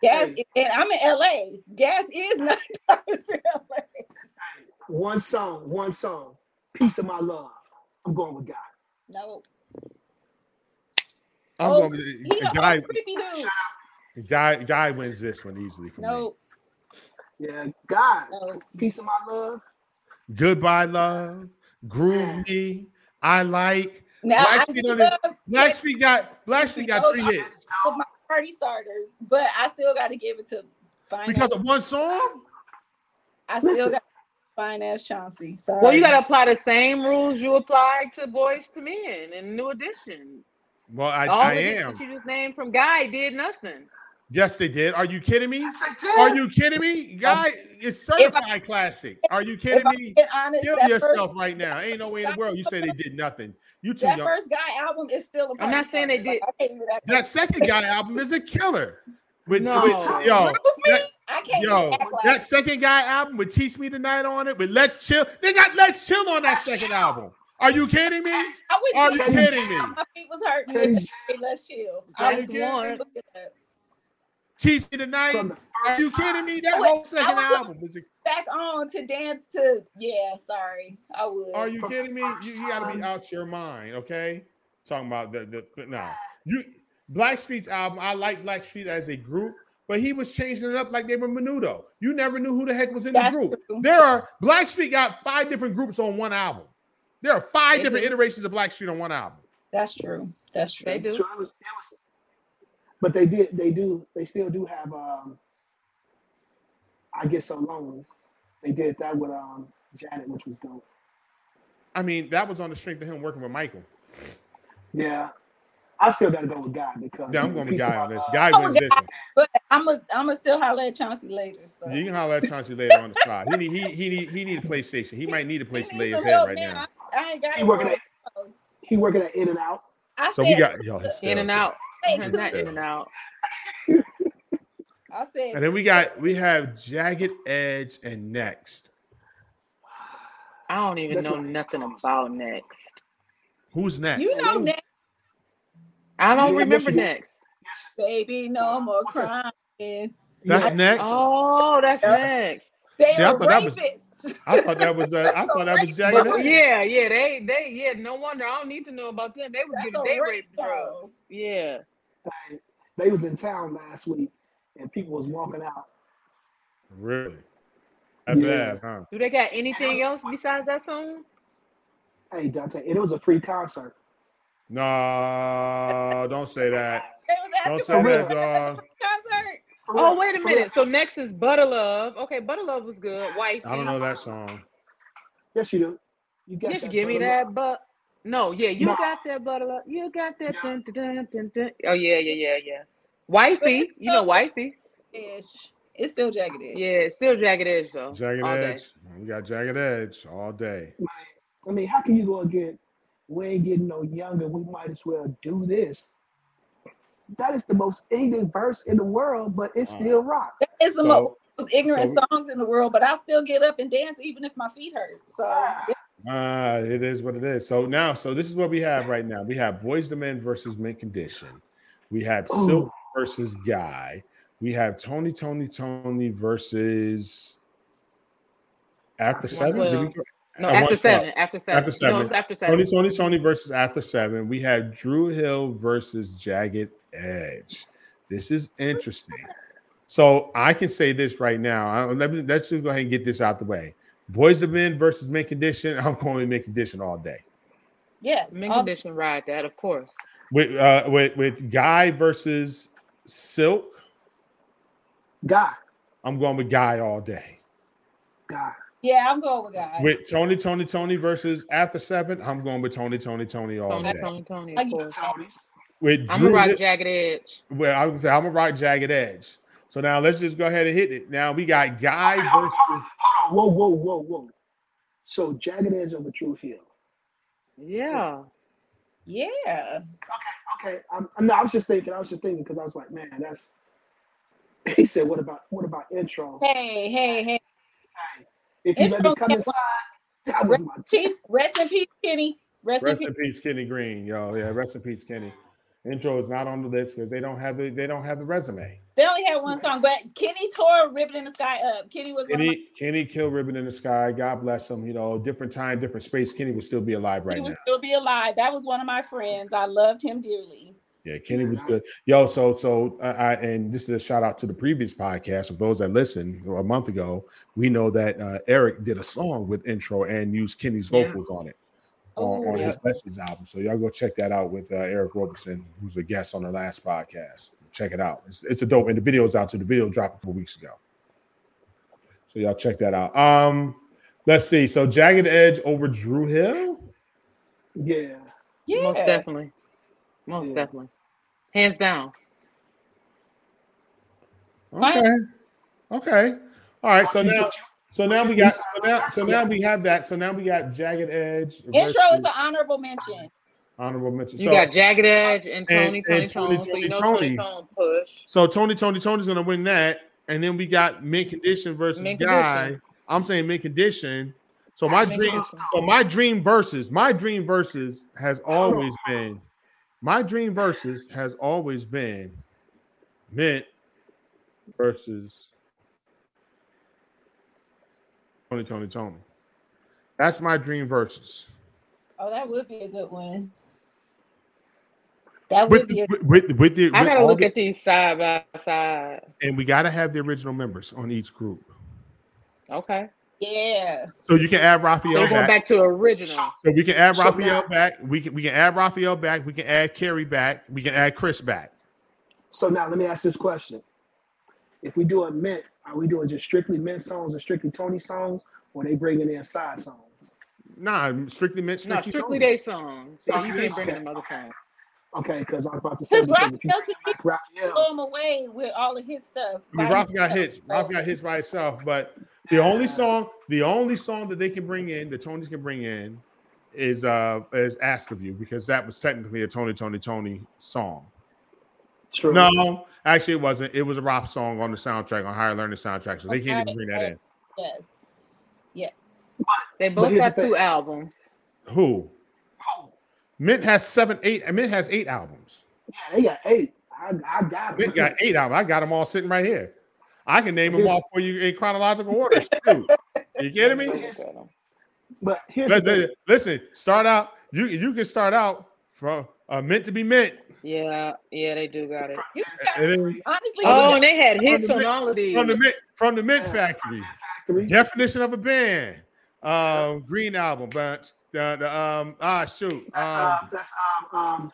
B: Gas is, and I'm in LA. Gas is not in LA.
C: One song, one song. Piece of my love. I'm going with God.
B: No.
A: I'm
B: Oh,
A: going with uh,
B: He a
A: guy.
B: old creepy dude.
A: Guy, guy wins this one easily for me.
B: No,
C: Yeah, God.
B: no.
C: Piece of my love.
A: Goodbye, love. Groove me. I like.
B: Now I
A: Blackstreet
B: do
A: on it.
B: love Black
A: Blackstreet got Blackstreet
B: Oh,
A: got three hits
B: party starters, but I still gotta give it to fine
A: because
B: ass,
A: of one song.
B: I still
C: Listen.
B: got fine ass Chauncey. Sorry.
D: Well, you got to apply the same rules you applied to Boys to Men in New Edition.
A: Well, I,
D: All
A: I
D: the hits
A: am.
D: that you just named from Guy did nothing.
A: Yes, they did. Are you kidding me?
C: Yes, I
A: Are
C: did.
A: you kidding me, guy? It's certified classic. Are you
B: if
A: kidding
B: I'm
A: me?
B: being honest,
A: Kill
B: that,
A: yourself
B: first,
A: right now. Ain't no way in the world you say they did nothing. You too
B: that
A: young.
B: first guy album is still a party
D: I'm not saying they
B: starter. Like, I can't do that.
A: that second guy album is a killer. With,
D: No.
A: with yo,
B: Groove me?
A: that-
B: I can't
A: yo,
B: even act like
A: that second guy album would teach me tonight on it. With let's chill. They got let's chill on that second album. Are you kidding me?
B: I would
A: Are you
B: just-
A: kidding me?
B: My feet was hurting.
C: Teddy
B: with that. Let's chill.
A: Are you
D: That's
A: kidding
D: one.
B: Look at that.
A: Teach me tonight.
C: From the
A: Are
C: first
A: you
C: time.
A: kidding me? That
B: I would-
A: whole second
B: I would-
A: album was. A,
B: Back on to dance to yeah. Sorry, I would.
A: are you kidding me? You, you got to be out your mind. Okay, talking about the the but nah. You Blackstreet's album. I like Blackstreet as a group, but he was changing it up like they were Menudo. You never knew who the heck was in
B: That's
A: the group.
B: true.
A: There are Blackstreet got five different groups on one album. There are five
D: They
A: different
D: do.
A: iterations of Blackstreet on one album.
B: That's true. That's true.
D: They do.
C: So it was, it was, but they did, they do, they still do have, um, I Get So Lonely. They did that with um, Janet, which was dope.
A: I mean, that was on the strength of him working with Michael.
C: Yeah. I still got to go with God because.
A: Yeah, I'm going with
C: Peace
A: Guy
C: of
A: on
C: my
A: this.
C: mind.
A: Guy
B: Oh,
A: wins
B: God.
A: this one.
B: But I'm gonna I'm gonna still holler at Chauncey later. So.
A: You can holler at Chauncey later on the side. He need he he need he need a PlayStation. He might need a place to
B: He
A: lay
B: needs
A: his head
B: some help,
A: right
B: man.
A: now.
B: I, I ain't got
C: He
B: it.
C: working at he working at In and Out.
B: I
A: So
B: said,
A: we got yo,
D: In and out.
B: hey,
A: It's
D: Not in
A: terrible.
D: and out.
B: I said,
A: And then we got we have Jagged Edge and next.
D: I don't even
C: That's
D: know
C: what-
D: nothing about next.
A: Who's next?
B: you know,
C: Yes.
B: next
D: I don't
C: Yeah,
D: remember
C: Michigan.
D: next.
B: baby, no more
C: What's this?
B: crying.
A: That's
C: Yeah.
A: next.
D: Oh, that's
B: Yeah.
D: next.
B: They
A: See, I
B: are
A: thought that was-
B: rapists.
A: I thought that was uh, I thought that was Jagged
D: But
A: Edge.
D: yeah, yeah, they, they, yeah. No wonder I don't need to know about them. They was
B: That's
D: getting
B: a
D: they
B: rape
D: rape
B: song.
D: drugs. Yeah,
C: Like, they was in town last week and people was walking out.
A: Really? That
C: Yeah.
A: bad, huh?
D: do they got anything else besides that song?
C: Hey Dante, and it was a free concert.
A: No, don't say that.
B: They was asking
A: Don't
B: for
A: say that,
C: real.
A: dog.
B: concert.
C: For
D: Oh,
C: real,
D: wait a
C: for real.
D: minute. So next is Butter Love. Okay, Butter Love was good. Wife.
A: I don't know that song.
C: Yes, you do. You got
D: Yes, you
C: that
D: give me
C: brother.
D: that, but no, yeah, you
C: Nah.
D: got that Butter Love. You got that.
C: Yeah.
D: Dun, dun, dun, dun, dun. Oh yeah, yeah, yeah, yeah. Wifey, you know Wifey.
B: Edge. It's still jagged. Edge.
D: Yeah, still Jagged Edge though.
A: Jagged
D: All day.
A: Edge. We got Jagged Edge all day.
C: Like, I mean, how can you go again? We ain't getting no younger. We might as well do this. That is the most ignorant verse in the world, but it's
A: Wow.
C: still rock.
B: That is the
A: So-
B: most ignorant
A: so-
B: songs in the world, but I still get up and dance even if my feet hurt. So
C: Ah.
A: Ah, it is what it is. So now, so this is what we have right now. We have Boys the Men versus Men Condition. We have Silk
C: Ooh.
A: versus Guy. We have Tony, Tony, Tony versus After
C: After
A: Seven. Did we
D: Seven.
A: go-
D: No,
A: At
D: after
A: one
D: seven, after seven.
A: After seven.
D: No, it's after seven.
A: Tony, Tony, Tony versus After Seven. We have Drew Hill versus Jagged Edge. This is interesting. So I can say this right now. I- let me, let's just go ahead and get this out the way. Boys the Men versus Men Condition. I'm going with Men Condition all day.
B: yes,
D: Men
B: all-
D: condition ride that, of course.
A: with uh with with guy versus silk
C: God,
A: i'm going with guy all day
C: God.
B: yeah, I'm going with God.
A: with tony tony tony versus after seven i'm going with tony tony tony all
D: Tony,
A: day
D: Tony, Tony,
B: I
D: of
B: get
D: course.
C: Tony's.
A: with
D: I'm a
A: Oh, Drew Hill-
D: rock jagged edge.
A: well i was gonna say i'm gonna rock jagged edge so now let's just go ahead and hit it now we got guy versus
C: Hold on, whoa, whoa, whoa, whoa. So Jagged Edge over True Hill.
D: Yeah.
B: Yeah,
C: Okay, I'm, I'm- no, I was just thinking. I was just thinking because I was like, man, that's. He said, "What about what about intro?
B: hey, hey, hey,
C: If you let me
B: Intro
C: come
B: can't-
C: inside, that was my jam.
B: Jeez, rest in peace, Kenny. Rest,
A: rest
B: in
A: in
B: peace.
A: peace kenny green yo yeah rest in peace kenny intro is not on the list because they don't have the they don't have the resume
B: They only had one song, but Kenny tore "Ribbon in the Sky" up. Kenny was one of my
A: kenny kenny kill ribbon in the sky god bless him you know different time different space kenny would still be alive right
B: he
A: now
B: would still be alive. That was one of my friends. I loved him dearly.
A: Yeah, Kenny
C: Yeah,
A: was
C: that-
A: good. Yo, so so uh, I and this is a shout out to the previous podcast. For those that listened a month ago, we know that uh, Eric did a song with intro and used Kenny's
D: Yeah.
A: vocals on it
B: Oh,
A: on, on
B: yeah.
A: his Lessons album. So y'all go check that out with uh, Eric Roberson, who's a guest on our last podcast. Check it out. It's, it's a dope. And the video's out. So the video dropped a couple weeks ago. So y'all check that out. Um, let's see. So Jagged Edge over Drew Hill.
C: Yeah,
D: Most
B: yeah.
D: definitely. Most
C: Yeah.
D: definitely. Hands down.
B: Right.
A: Okay. Okay. All right. So
C: What you-
A: now.
C: what you-
A: So now we got so now so now we have that. So now we got jagged edge. versus
B: Intro is an honorable mention.
A: honorable mention.
D: You
A: So,
D: got Jagged Edge and Tony,
A: and-
D: Tony,
A: and Tony,
D: Tony, So you know
A: Tony.
D: Tony, Tone push.
A: so Tony Tony Tony's gonna win that, and then we got mid condition versus
D: Mint
A: guy.
D: Condition.
A: I'm saying mid condition. So my
D: Mint
A: dream,
D: Condition.
A: so my dream versus my dream versus has always been my dream versus has always been mint versus Tony Tony Tony. That's my dream versus.
B: Oh, that would be a good one. That would
A: With,
B: be.
A: the,
B: a-
A: with, with, with the,
D: I
A: with
D: gotta
A: all
D: look
A: the-
D: at these side by side.
A: and we got to have the original members on each group.
D: Okay,
B: yeah.
A: So you can add
D: so
A: Raphael
D: we're going
A: back.
D: back to original.
A: So we can add
C: So
A: Raphael
C: now-
A: back. We can we can add Raphael back. We can add Carrie back. We can add Chris back.
C: So now let me ask this question. If we do a mint, are we doing just strictly mint songs or strictly Tony songs, or they bringing in side songs?
A: Nah, strictly meant
D: No,
A: strictly.
D: strictly they songs. So
C: Okay,
D: you can't bring in
C: okay.
D: the other songs.
C: Okay, because I was about to say
B: Because
C: because
B: Raphael's
C: if you
B: the kid
C: like Raphael,
B: blow him away with all of his stuff.
A: I mean,
B: by
A: Ralph got
B: himself.
A: hits. Ralph got hits by itself. But the only song, the only song that they can bring in, the Tonys can bring in, is uh is "Ask of You" because that was technically a Tony Tony Tony song.
C: true.
A: No, actually, it wasn't. It was a Ralph song on the soundtrack on Higher Learning soundtrack, so they can't even bring that in.
B: Yes.
D: They
C: But
D: both
C: here's
D: got
C: the thing.
D: two albums.
A: Who?
C: Oh,
A: Mint has seven, eight. Mint has eight albums.
C: yeah, they got eight. I, I got
A: It
C: it.
A: got eight albums. I got them all sitting right here. I can name them
C: Here's-
A: all for you in chronological order. Shoot. You kidding me?
D: Look at 'em.
C: But here's the
A: Let-
C: thing.
A: let- Listen, start out. You you can start out from uh, meant to be meant.
D: Yeah, yeah, they do got it.
B: You
A: And then
B: honestly.
D: Oh, and they had hits
A: From
D: on
A: the-
D: all of these.
A: from the mint from the mint
C: Yeah.
A: factory.
C: Three.
A: Definition of a band. Um, green album, bunch. The, the um ah shoot.
C: That's
A: Um,
C: um, that's um, um,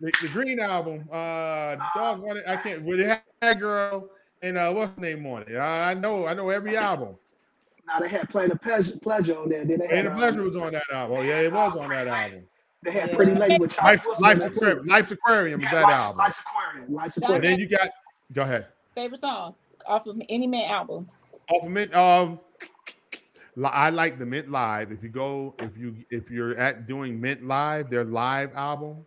A: the, the green album. Uh, dog on it. I can't. With that girl and uh, what's her name on it? I, I know. I know every album.
C: now they had playing a pleasure, pleasure on there. Then they had
A: And the
C: um,
A: pleasure was on that album. Oh, yeah, it was on that album.
C: They had
D: Yeah.
C: Pretty Lady with Charlie
A: Life,
C: Wilson. on
A: Life's
C: there, too.
A: Aquarium. Life's Aquarium is
C: Yeah,
A: that
C: Life's-
A: album.
C: Life's Aquarium. Life's
A: And
C: Aquarium.
A: then you got go ahead.
B: favorite song off of any man album.
A: Off of Mint, um, li- I like the Mint Live. If you go, if you if you're at doing Mint Live, their live album,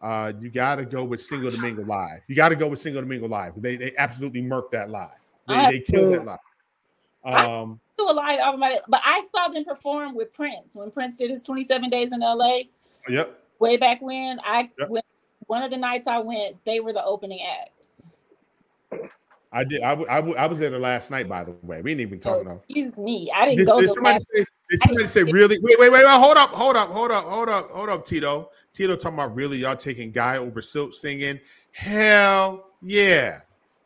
A: uh, you got to go with Single to Mingle Live. You got to go with Single to Mingle Live. They they absolutely murk that live. They
B: I-
A: they kill that live. Um,
B: Do a live album, about it, but I saw them perform with Prince when Prince did his 27 days in LA
A: yep.
B: way back when. I
A: Yep.
B: went one of the nights I went, they were the opening act.
A: I did. I w- I w- I was there the last night, by the way. We didn't even
B: So
A: talk now.
B: excuse me, I didn't
A: Did,
B: go
A: did
B: to
A: somebody
B: last-
A: say? Did somebody
B: didn't-
A: say really? Wait, wait, wait, wait. Hold up, hold up, hold up, hold up, hold up, Tito. Tito talking about really y'all taking guy over silk singing. Hell yeah,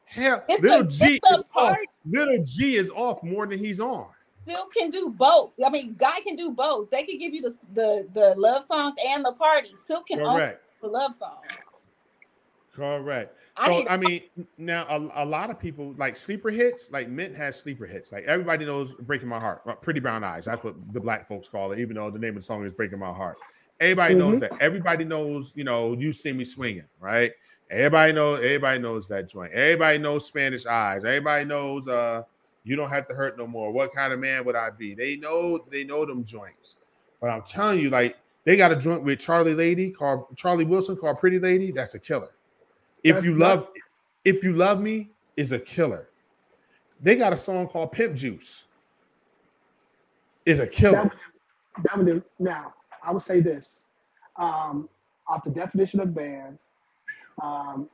A: hell.
B: It's
A: little
B: a-
A: G
B: it's a
A: is off.
B: party.
A: Little G is off more than he's on.
B: still can do both. I mean, guy can do both. They can give you the the, the love songs and the party. Silk can only do
A: Correct,
B: the love song.
A: correct.
B: I
A: So uh,
B: didn't-
A: I mean, now a, a lot of people like sleeper hits. Like Mint has sleeper hits. Like everybody knows "Breaking My Heart," well, "Pretty Brown Eyes." That's what the black folks call it, even though the name of the song is "Breaking My Heart." Everybody knows that. Everybody knows, you know, "You See Me Swinging," right? Everybody knows. Everybody knows that joint. Everybody knows "Spanish Eyes." Everybody knows. uh You don't have to hurt no more. What kind of man would I be? They know. They know them joints. But I'm telling you, like they got a joint with Charlie Lady called Charlie Wilson called Pretty Lady. That's a killer. If
C: That's-
A: you love, if you love me, is a killer. They got a song called Pimp Juice. Is a
C: That
A: killer.
C: would, that would do. Now, I would say this. Um, off the definition of band, um,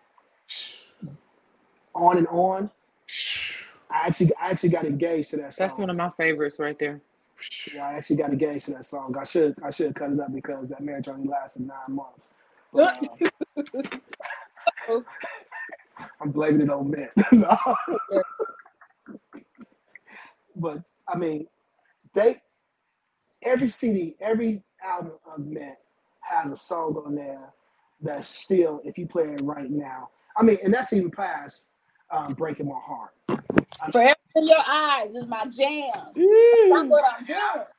C: on and on, I actually I actually got engaged to that song.
D: That's one of my favorites right there.
C: Yeah, I actually got engaged to that song. I should I should cut it up because that marriage only lasted nine months. But, uh, I'm blaming it on men. No. but I mean, they every CD, every album of men has a song on there that's still, if you play it right now, I mean, and that's even past um, breaking my heart.
B: Forever in your eyes is my jam.
A: Mm.
B: Stop what I'm doing. Stop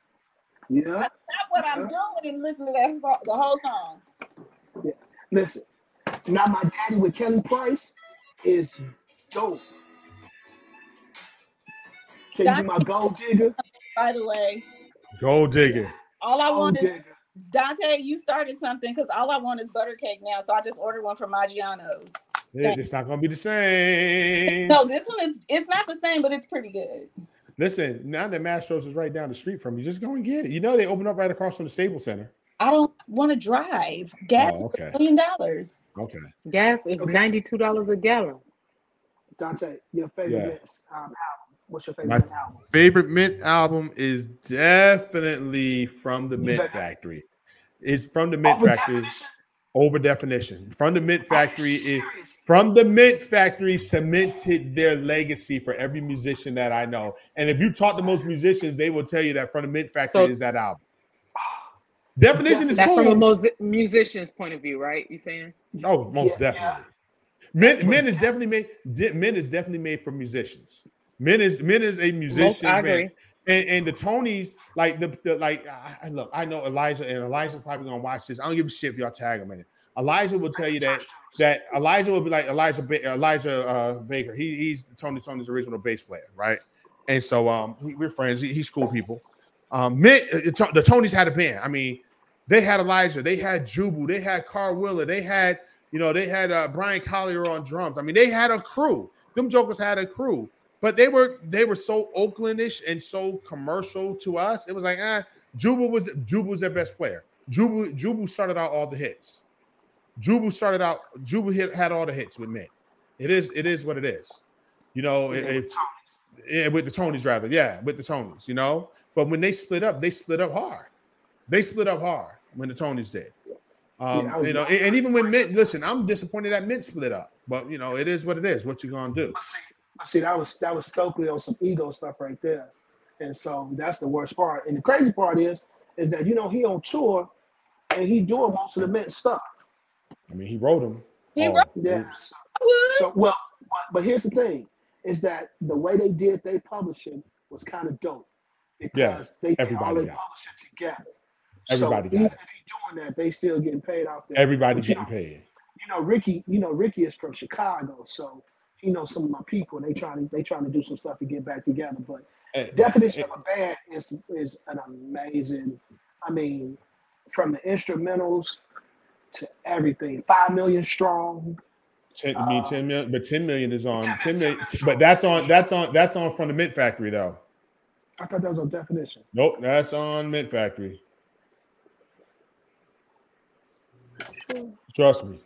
C: Yeah.
B: what I'm doing and listen to that song, the whole song.
C: Listen, now my daddy with Kelly Price is dope. Can you be my gold digger?
B: By the way,
A: Gold digger.
B: all
A: Oh,
B: I
C: Gold
B: want is
C: digger.
B: Dante. You started something because all I want is butter cake now. So I just ordered one from Maggiano's.
A: It- It's not gonna be the same.
B: No, this one is it's not the same, but it's pretty good.
A: Listen, now that Mastro's is right down the street from you, just go and get it. You know they open up right across from the Staples Center.
B: I don't want to drive. Gas
A: Oh, okay.
B: is a million dollars.
A: Okay.
D: Gas is
C: Okay.
D: ninety-two dollars a gallon.
C: Dante, your favorite
A: Yeah.
C: Mets, um, album. What's your
A: My-
C: favorite album?
A: Favorite Mint album is definitely from the
C: Mint
A: Mint
C: Fac-
A: Factory. It's from the
C: Oh,
A: Mint
C: with
A: Factory.
C: definition?
A: Over definition. From the Mint Factory is from the Mint Factory cemented their legacy for every musician that I know. And if you talk to most musicians, they will tell you that from the Mint Factory
E: So-
A: is that album.
C: Ah.
A: Definition is
D: That's from a
A: cool.
D: mus- musician's point of view, right? You saying?
A: Oh, most
C: Yeah.
A: definitely. Men, men is definitely made. di- Men is definitely made for musicians. Men is men is a
D: Most,
A: musician.
D: I agree.
A: And, and the Tonys, like the, the like, I, I- look, I know Elijah, and Elijah's probably gonna watch this. I don't give a shit if y'all tag him in it. Elijah will tell you that that Elijah will be like Elijah ba- Elijah uh, Baker. He, he's Tony Tony's original bass player, right? And so um, he- we're friends. He, he's cool people. Um, men, uh, the the Tonys had a band. I mean, they had Elijah, they had Jubu, they had Carl Willer, they had you know they had uh, Brian Collier on drums. I mean, they had a crew. Them jokers had a crew but they were they were so Oaklandish and so commercial to us. It was like, ah, Jubal was Jubal was their best player. Jubal Jubal started out all the hits. Jubal started out. Jubal hit, had all the hits with me. It is it is what it is. You know, if- if- yeah, with the Tonys rather, yeah, with the Tonys. You know, but when they split up, they split up hard. They split up hard when the Tonys did. Um,
C: Yeah, I was-
A: you know, and, and even when Mint, listen, I'm disappointed that Mint split up, but you know, it is what it is. What you gonna do?
C: But see, but see, that was that was Stokely on some ego stuff right there, and so that's the worst part. And the crazy part is, is that you know he on tour, and he doing most of the Mint stuff.
A: I mean, he wrote Um, them.
B: He
A: all.
B: wrote
C: Yeah. So, so, well, but, but here's the thing, is that the way they did they publishing was kind of dope because they did all
A: everybody
C: they
A: got it.
C: publishing together.
A: Everybody
C: so
A: got
C: even
A: it.
C: If he doing that, they still getting paid off there.
A: Everybody
C: But you
A: getting
C: know,
A: paid.
C: you know Ricky, you know Ricky is from Chicago, so he knows some of my people. They trying to they trying to do some stuff to get back together. But
A: Eh,
C: definition
A: eh,
C: of a band is is an amazing. I mean, from the instrumentals to everything, five million strong.
A: ten- I mean, ten million, but ten million is on
C: 10
A: ten
C: million,
A: million. But that's on that's on that's on from the Mint Factory though.
C: I thought that was a definition.
A: Nope, that's on Mint Factory. Trust me.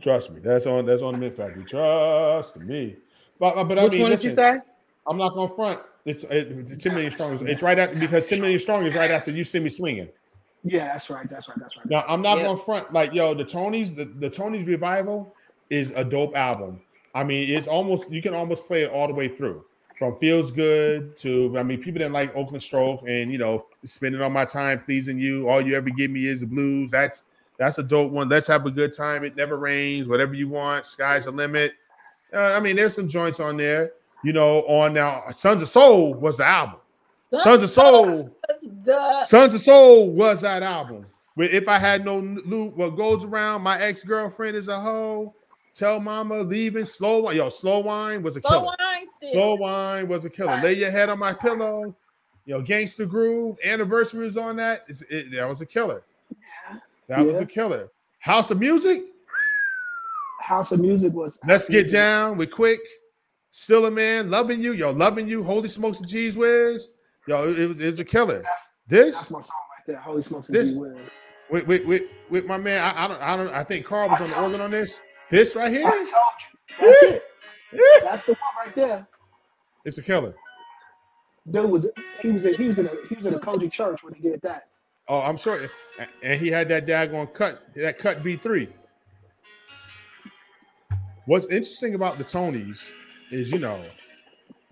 A: Trust me. That's on that's on the Mint Factory. Trust me. But but I
D: Which
A: mean,
D: one
A: listen,
D: did you say?
A: I'm not gonna front. It's it, ten million strong. is- It's right after because ten million strong is right after you see me swinging.
C: Yeah, that's right. That's right. That's right.
A: Now I'm not
D: Yeah.
A: gonna front like yo, the Tonys, the, the Tonys revival is a dope album. I mean, it's almost you can almost play it all the way through. From feels good to I mean, people didn't like Oakland Stroke and you know, spending all my time pleasing you. All you ever give me is the blues. That's that's a dope one. Let's have a good time. It never rains. Whatever you want, sky's the limit. Uh, I mean, there's some joints on there. You know, on now, Sons of Soul was the album. Sons of Soul
B: was the
A: Sons of Soul was that album. But if I had no loot, what goes around? My ex girlfriend is a hoe. Tell mama leaving slow wine. Yo, slow wine was a killer.
B: Slow Weinstein.
A: Slow wine was a killer. Lay your head on my pillow. Yo, Gangsta Groove anniversary was on that. It's- it- that was a killer.
C: Yeah.
A: That was a
C: Yeah.
A: killer. House of Music.
C: House of Music was.
A: Let's get
C: absolutely-
A: down with quick. Still a man, loving you. Yo, loving you. Holy smokes and cheese whiz. Yo, it, it was it's a killer.
C: That's
A: This
C: that's my song right there. Holy smokes,
A: This-
C: G Will.
A: with with with, with my man. I, I don't I don't I think Carl was on the organ on this. This right
C: I
A: here,
C: told you. That's it.
A: Yeah.
C: That's the one right there.
A: it's a killer.
C: Dude was he was in, he was in a he was in a Koji church when he did that.
A: Oh, I'm sure. A- And he had that daggone cut, that cut B3. What's interesting about the Tonys is, you know,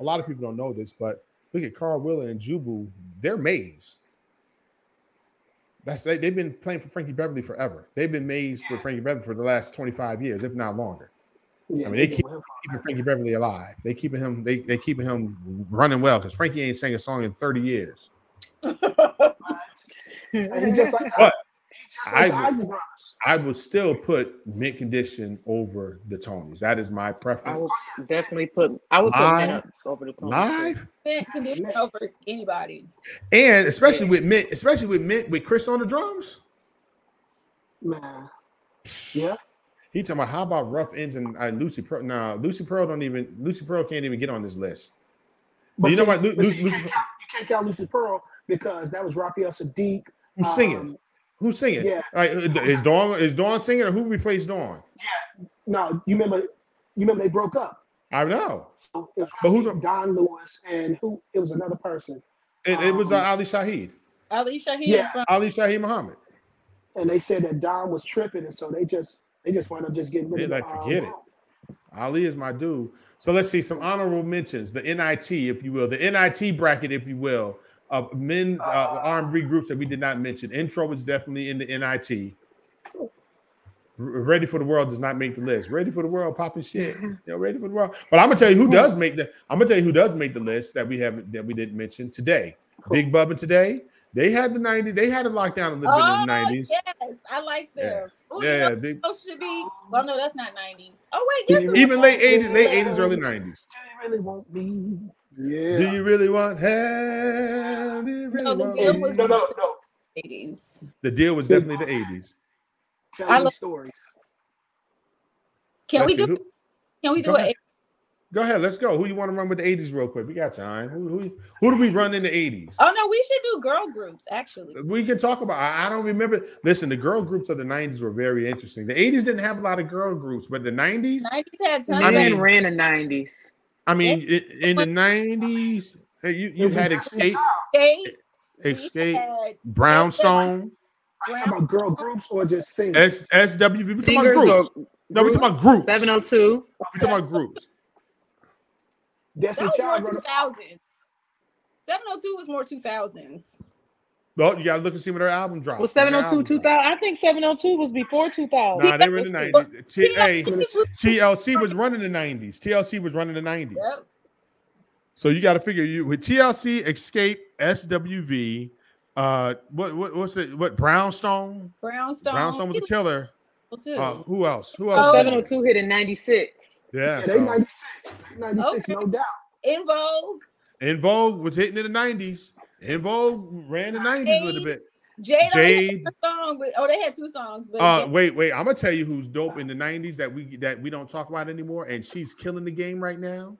A: a lot of people don't know this, but look at Carl Willer and Jubu, they're maze. That's they, they've been playing for Frankie Beverly forever. They've been maze for Frankie Beverly for the last 25 years, if not longer.
C: Yeah,
A: I mean, they
C: did
A: keep-
C: with him for
A: keeping Frankie Beverly alive. They keeping him. They they keeping him running well because Frankie ain't sang a song in thirty years.
C: a minute. And he just like
A: But
C: he just like
A: I
C: the
A: would-
C: Isaac Brothers.
A: I would still put Mint Condition over the Tonys. That is my
D: I would
A: preference.
D: definitely put. I would put
A: Live.
D: minutes over the Tony.
A: Live
B: Mint condition over anybody.
A: and especially with Mint, especially with Mint with Chris on the drums.
C: Man. Yeah.
A: He talking about how about Rough Ends and uh, Lucy Pearl? Nah, Lucy Pearl don't even. Lucy Pearl can't even get on this list. But you know what? Lu-
C: but
A: Lu-
C: see, um, you,
A: Lucy,
C: can't count, you can't count Lucy Pearl because that was Raphael Sadiq.
A: who's
C: um,
A: singing? Who's singing?
C: yeah.
A: Like, uh, is Dawn is Dawn singing or who replaced Dawn?
C: No, you remember you remember they broke up.
A: I know.
C: So it was
A: But who's-
C: Don Lewis and who it was another person.
A: It, it was uh,
C: Um,
A: Ali Shaheed.
B: Ali Shaheed
C: Yeah.
B: from
A: Ali Shaheed Muhammad.
C: and they said that Don was tripping, and so they just they just wound up just getting rid
A: They
C: of
A: like,
C: um,
A: forget it. Ali is my dude. So let's see some honorable mentions. The NIT, if you will, the NIT bracket, if you will, of men uh,
C: Uh,
A: armed groups that we did not mention. Intro was definitely in the NIT. R- Ready for the world does not make the list. Ready for the world, popping shit. You know, ready for the world. But I'm gonna tell you who does make the. I'm gonna tell you who does make the list that we haven't that we didn't mention today. Big Bubba today. They had the 90. They had it locked down a little
B: Oh,
A: bit in the 90s.
B: yes, I like them. Yeah. Ooh,
A: Yeah,
B: you know,
A: big,
B: those should be. Well, no, that's not nineties. Oh wait, yes, it
A: even
B: was.
A: late 80s, late 80s, early 90s.
C: Do you really want me? Yeah.
A: Do you really want hell? Do you really
B: No, the
A: want
B: deal
A: me?
B: was-
C: no, no, no.
B: eighties.
A: the deal was definitely the 80s.
C: Tell
B: I
C: me
B: love-
C: stories.
B: Can
A: Let's
B: we
A: see,
B: do?
A: who-
B: Can we
A: go
B: do
A: ahead.
B: it?
A: Go ahead, let's go. Who you want to run with the 80s real quick? We got time. Who who, who do we run in the 80s?
B: Oh no, we should do girl groups actually.
A: We can talk about. I, I don't remember. Listen, the girl groups of the 90s were very interesting. The 80s didn't have a lot of girl groups, but the 90s.
B: Nineties had tons.
D: Men
A: I
B: of
A: mean-
D: ran the nineties.
A: I mean, i- in the 90s, hey, you you
C: It was
A: had
C: Destiny's
A: escape,
C: Child.
B: Escape. we
A: escape,
B: had
A: brownstone,
C: Are you talking about girl groups or just singers?
A: S, SW. We talking about
D: Singers or
A: groups. No, we talking about groups.
D: Seven oh two.
A: We talking about groups.
B: That
C: Destiny
B: was
C: Child.
B: more
C: wrote
B: two
C: a-
B: thousand. Seven hundred two was more two thousands.
A: Well, you gotta look and see when her album dropped.
D: Was
A: When her
D: seven oh two
A: album
D: two
A: dropped.
D: thousand? I think seven oh two was before two thousand.
A: Nah, they were in the
B: TLC.
A: 90s. T- hey,
B: TLC.
A: TLC was running the 90s. TLC was running the 90s.
B: Yep.
A: So you got to figure you with TLC, Escape, SWV, uh, what, what what's it? What Brownstone?
B: Brownstone.
A: Brownstone was a killer.
B: too.
A: Uh, who else? Who
B: Oh.
A: else?
D: Seven oh two hit in ninety six.
A: Yeah.
C: Yeah, they
A: So.
C: 96. They 96,
B: Okay.
C: no doubt.
B: In Vogue.
A: In Vogue was hitting in the 90s. In Vogue ran the 90s a little bit.
B: Jade. Jade.
A: Jade.
B: Had a song, but, oh, they had two songs, but
A: Uh,
B: yeah,
A: wait, wait. I'm gonna tell you who's dope in the '90s that we that we don't talk about anymore, and she's killing the game right now.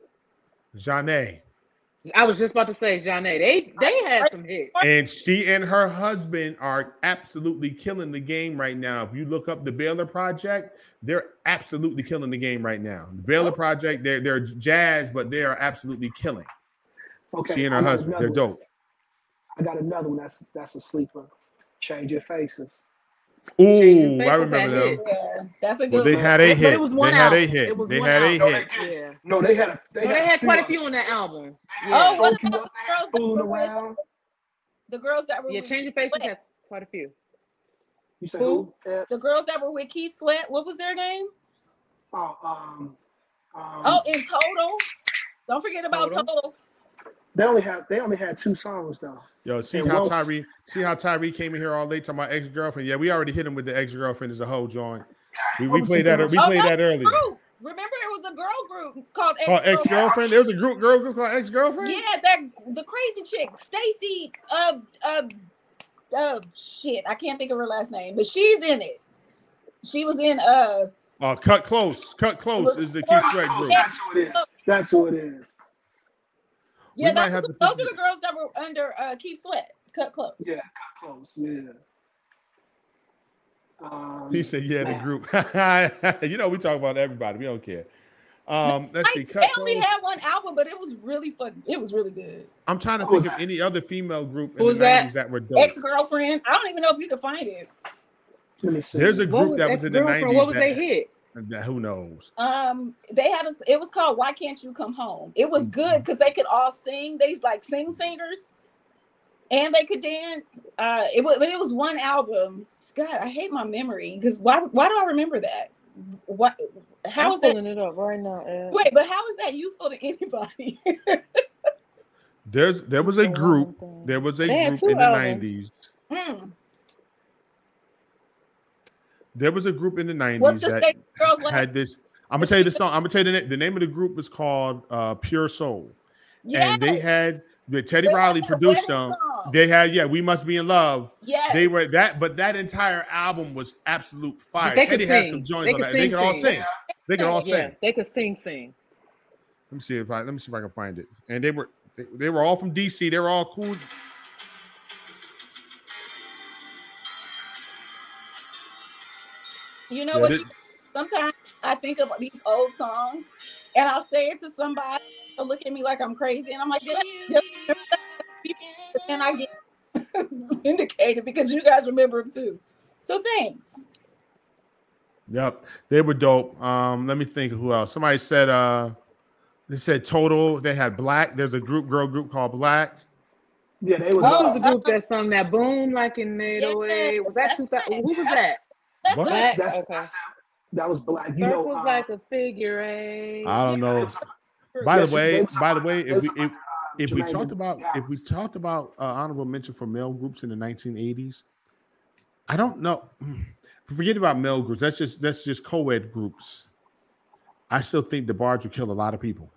A: Janae,
D: I was just about to say, John A. They they had some hits.
A: and she and her husband are absolutely killing the game right now. If you look up the Baylor Project, they're absolutely killing the game right now. The
C: Oh.
A: Baylor Project, they're they're jazz, but they are absolutely killing.
C: Okay.
A: She and her
C: I got
A: husband,
C: another
A: they're
C: one. I got another one. That's that's a sleeper. Change your faces.
D: Changing
A: Ooh,
D: Faces
A: I
D: had
A: remember them.
D: hits.
B: yeah, that's a good
A: Well, they
B: one.
A: had a
D: But
A: hit.
D: it was one
A: they had a
D: album.
A: hit.
D: It was
A: They
D: one
A: had a
D: album.
A: hit.
C: did.
D: Yeah.
C: No, they had a
D: No, they had quite a few on that album.
B: Oh,
D: Yeah.
B: what
C: Choke you
B: about
C: up, they had
B: the girls
C: fooling
B: that were with-
C: around.
B: The girls that were
D: Yeah,
B: with
D: Change Your
B: Keith
D: Faces
B: Sweat.
D: had quite a few.
C: You said
D: Who?
C: who? Eh, Yeah.
B: The girls that were with Keith Sweat. What was their name?
C: Oh, um, um,
B: Oh, in total. Don't forget about
D: Total.
B: total.
C: they only had they only had two songs though.
A: Yo, see
C: And
A: how
C: Wokes.
A: Tyree, see how Tyree came in here all late talking about ex girlfriend. Yeah, we already hit him with the ex girlfriend as a whole joint. We,
C: What
A: we
C: was
A: played
C: the
A: that.
C: girl's-
A: We
B: Oh,
A: played
B: no,
A: that earlier.
B: Group. Remember, it was a girl group called Ex
A: Oh, ex girlfriend. There was a group girl group called ex girlfriend.
B: Yeah, that the crazy chick, Stacy. Uh, uh, uh, shit, I can't think of her last name, but she's in it. She was in uh,
A: Uh, cut close. Cut close is the key
B: Cut
A: sweat group.
C: That's who it is. That's who it is.
A: We
B: yeah,
A: might
B: that
A: have
B: was,
A: to put
B: those are
A: you-
B: the girls that were under uh Keith Sweat. Cut close.
C: Yeah, cut close. Yeah. Um,
A: He said, "Yeah, the
C: Man.
A: group." you know, we talk about everybody. We don't care. Um, let's see.
B: Like,
A: Cut
B: they only
A: close.
B: had one album, but it was really fuck. It was really good.
A: I'm trying to
C: Who
A: think
C: was
A: of
C: that?
A: any other female group in
D: Who
A: the
D: was that?
A: '90s that were dope.
B: Ex girlfriend. I don't even know if you can find it.
C: let me see.
A: There's a
D: What
A: group
D: was
A: that was in the
D: Ex-Girlfriend?
A: '90s.
D: What was
A: that-
D: they hit?
A: that- who knows?
B: Um, they had a, it was called Why Can't You Come Home. It was good because they could all sing. They like sing singers, and they could dance. Uh, it was but it was one album. God, I hate my memory because why why do I remember that? What how
D: I'm
B: is that?
D: pulling it up right now. Ed.
B: Wait, but how is that useful to anybody?
A: There's there was a
D: It's the
A: group.
D: one thing.
A: There was a
D: They had
A: group
D: two
A: in the
D: albums.
A: '90s.
B: Mm.
A: There was a group in the '90s
B: What's the
A: that
B: state girls like?
A: had this. I'm gonna tell you the song. I'm gonna tell you the, na- the name of the group was called uh, Pure Soul,
B: Yes,
A: and they had the Teddy
B: they had
A: Riley
B: that
A: produced
B: wedding
A: them.
B: song.
A: They had yeah, we must be in love.
B: yes.
A: They were that, but that entire album was absolute fire.
D: they could
A: Teddy had some
D: sing.
A: joints
D: They
A: on
D: could
A: that. They
D: sing,
A: could all
D: sing.
A: sing. They could all sing.
D: Yeah, they could sing, sing.
A: Let me see if I let me see if I can find it. And they were they, they were all from DC. They were all cool.
B: You know
A: Yeah,
B: what?
A: they-
B: you- sometimes I think of these old songs, and I'll say it to somebody. They'll look at me like I'm crazy, and I'm like, "Did I- did I remember that?" but then I get vindicated because you guys remember them too. So thanks.
A: Yep, they were dope. Um, let me think of who else. Somebody said uh, they said Total. They had Black. There's a group girl group called Black.
C: Yeah, they was.
D: What was
C: uh,
D: the group that sung that boom like in Norway? Was that
B: that's
D: two thousand?
B: it.
D: Who was that?
A: What?
D: Black.
C: That's-
D: okay.
C: that was black. You know,
D: Circles
C: uh,
D: like a figure eight.
A: I don't know. By
C: yeah,
A: the
C: she-
A: way,
C: they was
A: by the
C: about-
A: way,
C: they
A: if
C: was
A: we if,
C: about, uh,
A: if we
C: Jermaine
A: talked about if we
C: Dallas.
A: talked about uh, honorable mention for male groups in the 1980s, I don't know. Hmm. Forget about male groups. That's just that's just co-ed groups. I still think the barge would kill a lot of people.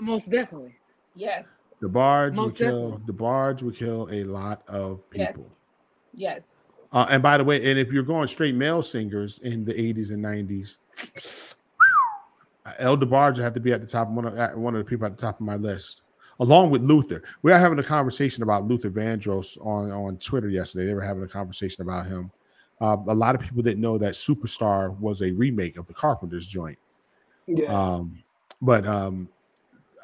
D: Most definitely.
B: Yes,
A: The barge would
D: Most
A: kill.
D: definitely.
A: The barge would kill a lot of people.
B: Yes. yes.
A: Uh, and by the way, and if you're going straight male singers in the 80s and 90s, El DeBarge would have to be at the top one of at one of the people at the top of my list, along with Luther. We are having a conversation about Luther Vandross on on Twitter yesterday. They were having a conversation about him. Uh, a lot of people didn't know that Superstar was a remake of the Carpenters joint.
C: Yeah,
A: Um, but um,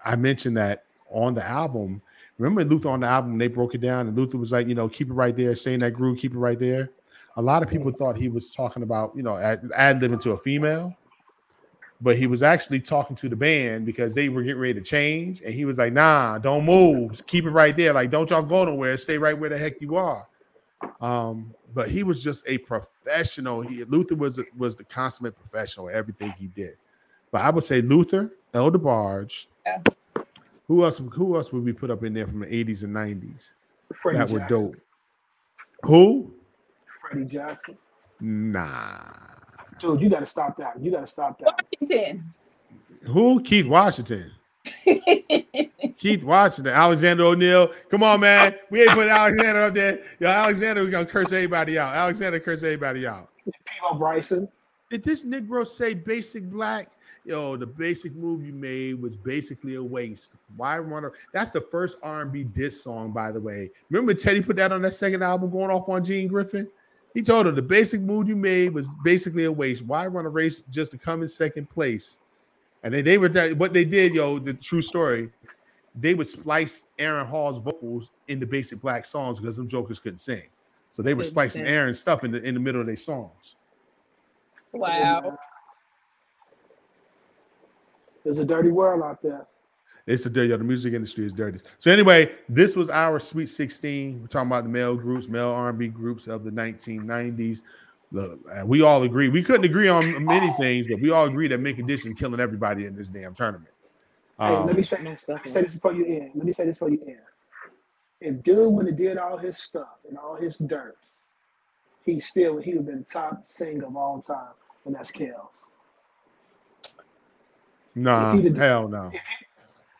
A: I mentioned that on the album. Remember Luther on the album, they broke it down, and Luther was like, you know, keep it right there, saying that groove, keep it right there. A lot of people thought he was talking about, you know, ad libbing to a female, but he was actually talking to the band because they were getting ready to change. And he was like, nah, don't move, keep it right there. Like, don't y'all go nowhere, stay right where the heck you are. Um, but he was just a professional. He Luther was was the consummate professional, at everything he did. But I would say Luther, Elder Barge.
B: Yeah.
A: Who else? Who else would we put up in there from the eighties and nineties
C: Freddie
A: that
C: Jackson.
A: were dope? Who?
C: Freddie Jackson.
A: Nah.
C: Dude, you got to stop that. You got to stop that.
B: Washington.
A: Who? Keith Washington. Keith Washington. Alexander O'Neal. Come on, man. We ain't putting Alexander up there. Yo, Alexander was gonna curse everybody out. Alexander curse everybody out.
C: Peebo Bryson.
A: Did this Negro say basic black? Yo, the basic move you made was basically a waste. Why run? a- That's the first R&B diss song, by the way. Remember Teddy put that on that second album, going off on Gene Griffin. He told her the basic move you made was basically a waste. Why run a race just to come in second place? And they, they were that what they did, yo. The true story. They would splice Aaron Hall's vocals into basic black songs because them jokers couldn't sing. So they were
D: Couldn't
A: splicing
D: sing.
A: Aaron's stuff in the in the middle of their songs.
B: wow.
C: There's a dirty world out there.
A: It's the dirty. The music industry is dirty. So anyway, this was our Sweet Sixteen. We're talking about the male groups, male R and B groups of the 1990s. Look, uh, we all agree. We couldn't agree on many things, but we all agree that Mick Addition killing everybody in this damn tournament.
C: Hey,
A: Um,
C: let me say this.
D: Most
C: Let me say
D: definitely.
C: this before you end. Let me say this before you end. If dude would have did all his stuff and all his dirt, he still he would have been top singer of all time, and that's Kels.
A: nah,
C: if he'd have-
A: hell no,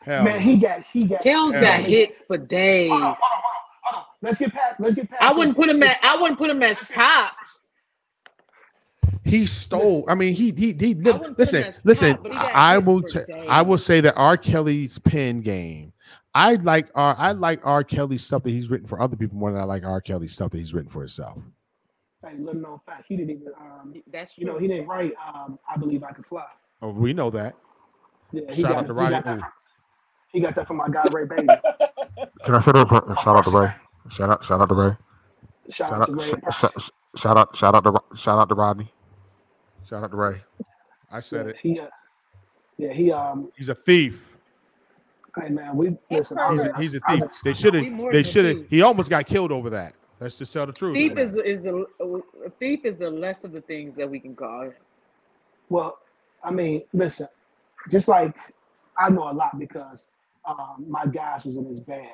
A: hell.
C: Man,
A: no.
C: he got he got.
D: Kel's got
A: Yeah.
D: hits for days.
C: Hold on, hold on, hold on, hold on. Let's get past. Let's get past.
D: I wouldn't
C: this.
D: put him at. I wouldn't put him as top.
A: He stole. I mean, he he he.
D: wouldn't put him
A: Listen,
D: as top,
A: listen.
D: but he got
A: I I
D: hits
A: will.
D: for
A: T-
D: days.
A: I will say that R. Kelly's pen game. I like R. I like R. Kelly's stuff that he's written for other people more than I like R. Kelly's stuff that he's written for himself.
C: Hey, little known fact, he didn't even. Um,
D: That's
C: you know,
D: true.
C: he didn't write. Um, I believe I could fly.
A: Oh, we know that.
C: Yeah, he
A: Shout
C: got,
A: out to
C: he
A: Roddy
C: got that
A: Lee.
C: from- He got that from my guy Ray Baby.
A: Can I shout out? Shout out to Ray. Shout out! Shout out to Ray.
C: Shout
A: Shout
C: out to
A: out!
C: Ray. and
A: sh-
C: Percy.
A: sh- Shout out! Shout out to Ro- shout out to Rodney. Shout out to Ray. I said
C: Yeah,
A: it.
C: He, uh, yeah, he. Um,
A: He's a thief.
C: hey man, we listen. I
A: He's a,
C: was-
A: he's a
C: I
A: thief.
C: was-
A: They
D: He
A: shouldn't.
D: more
A: They
D: than a
A: shouldn't.
D: thief.
A: He almost got killed over that. Let's just tell the truth.
D: Thief is is the uh, thief is the less of the things that we can call him.
C: Well, I mean, listen. Just like I know a lot because um, my guys was in his band.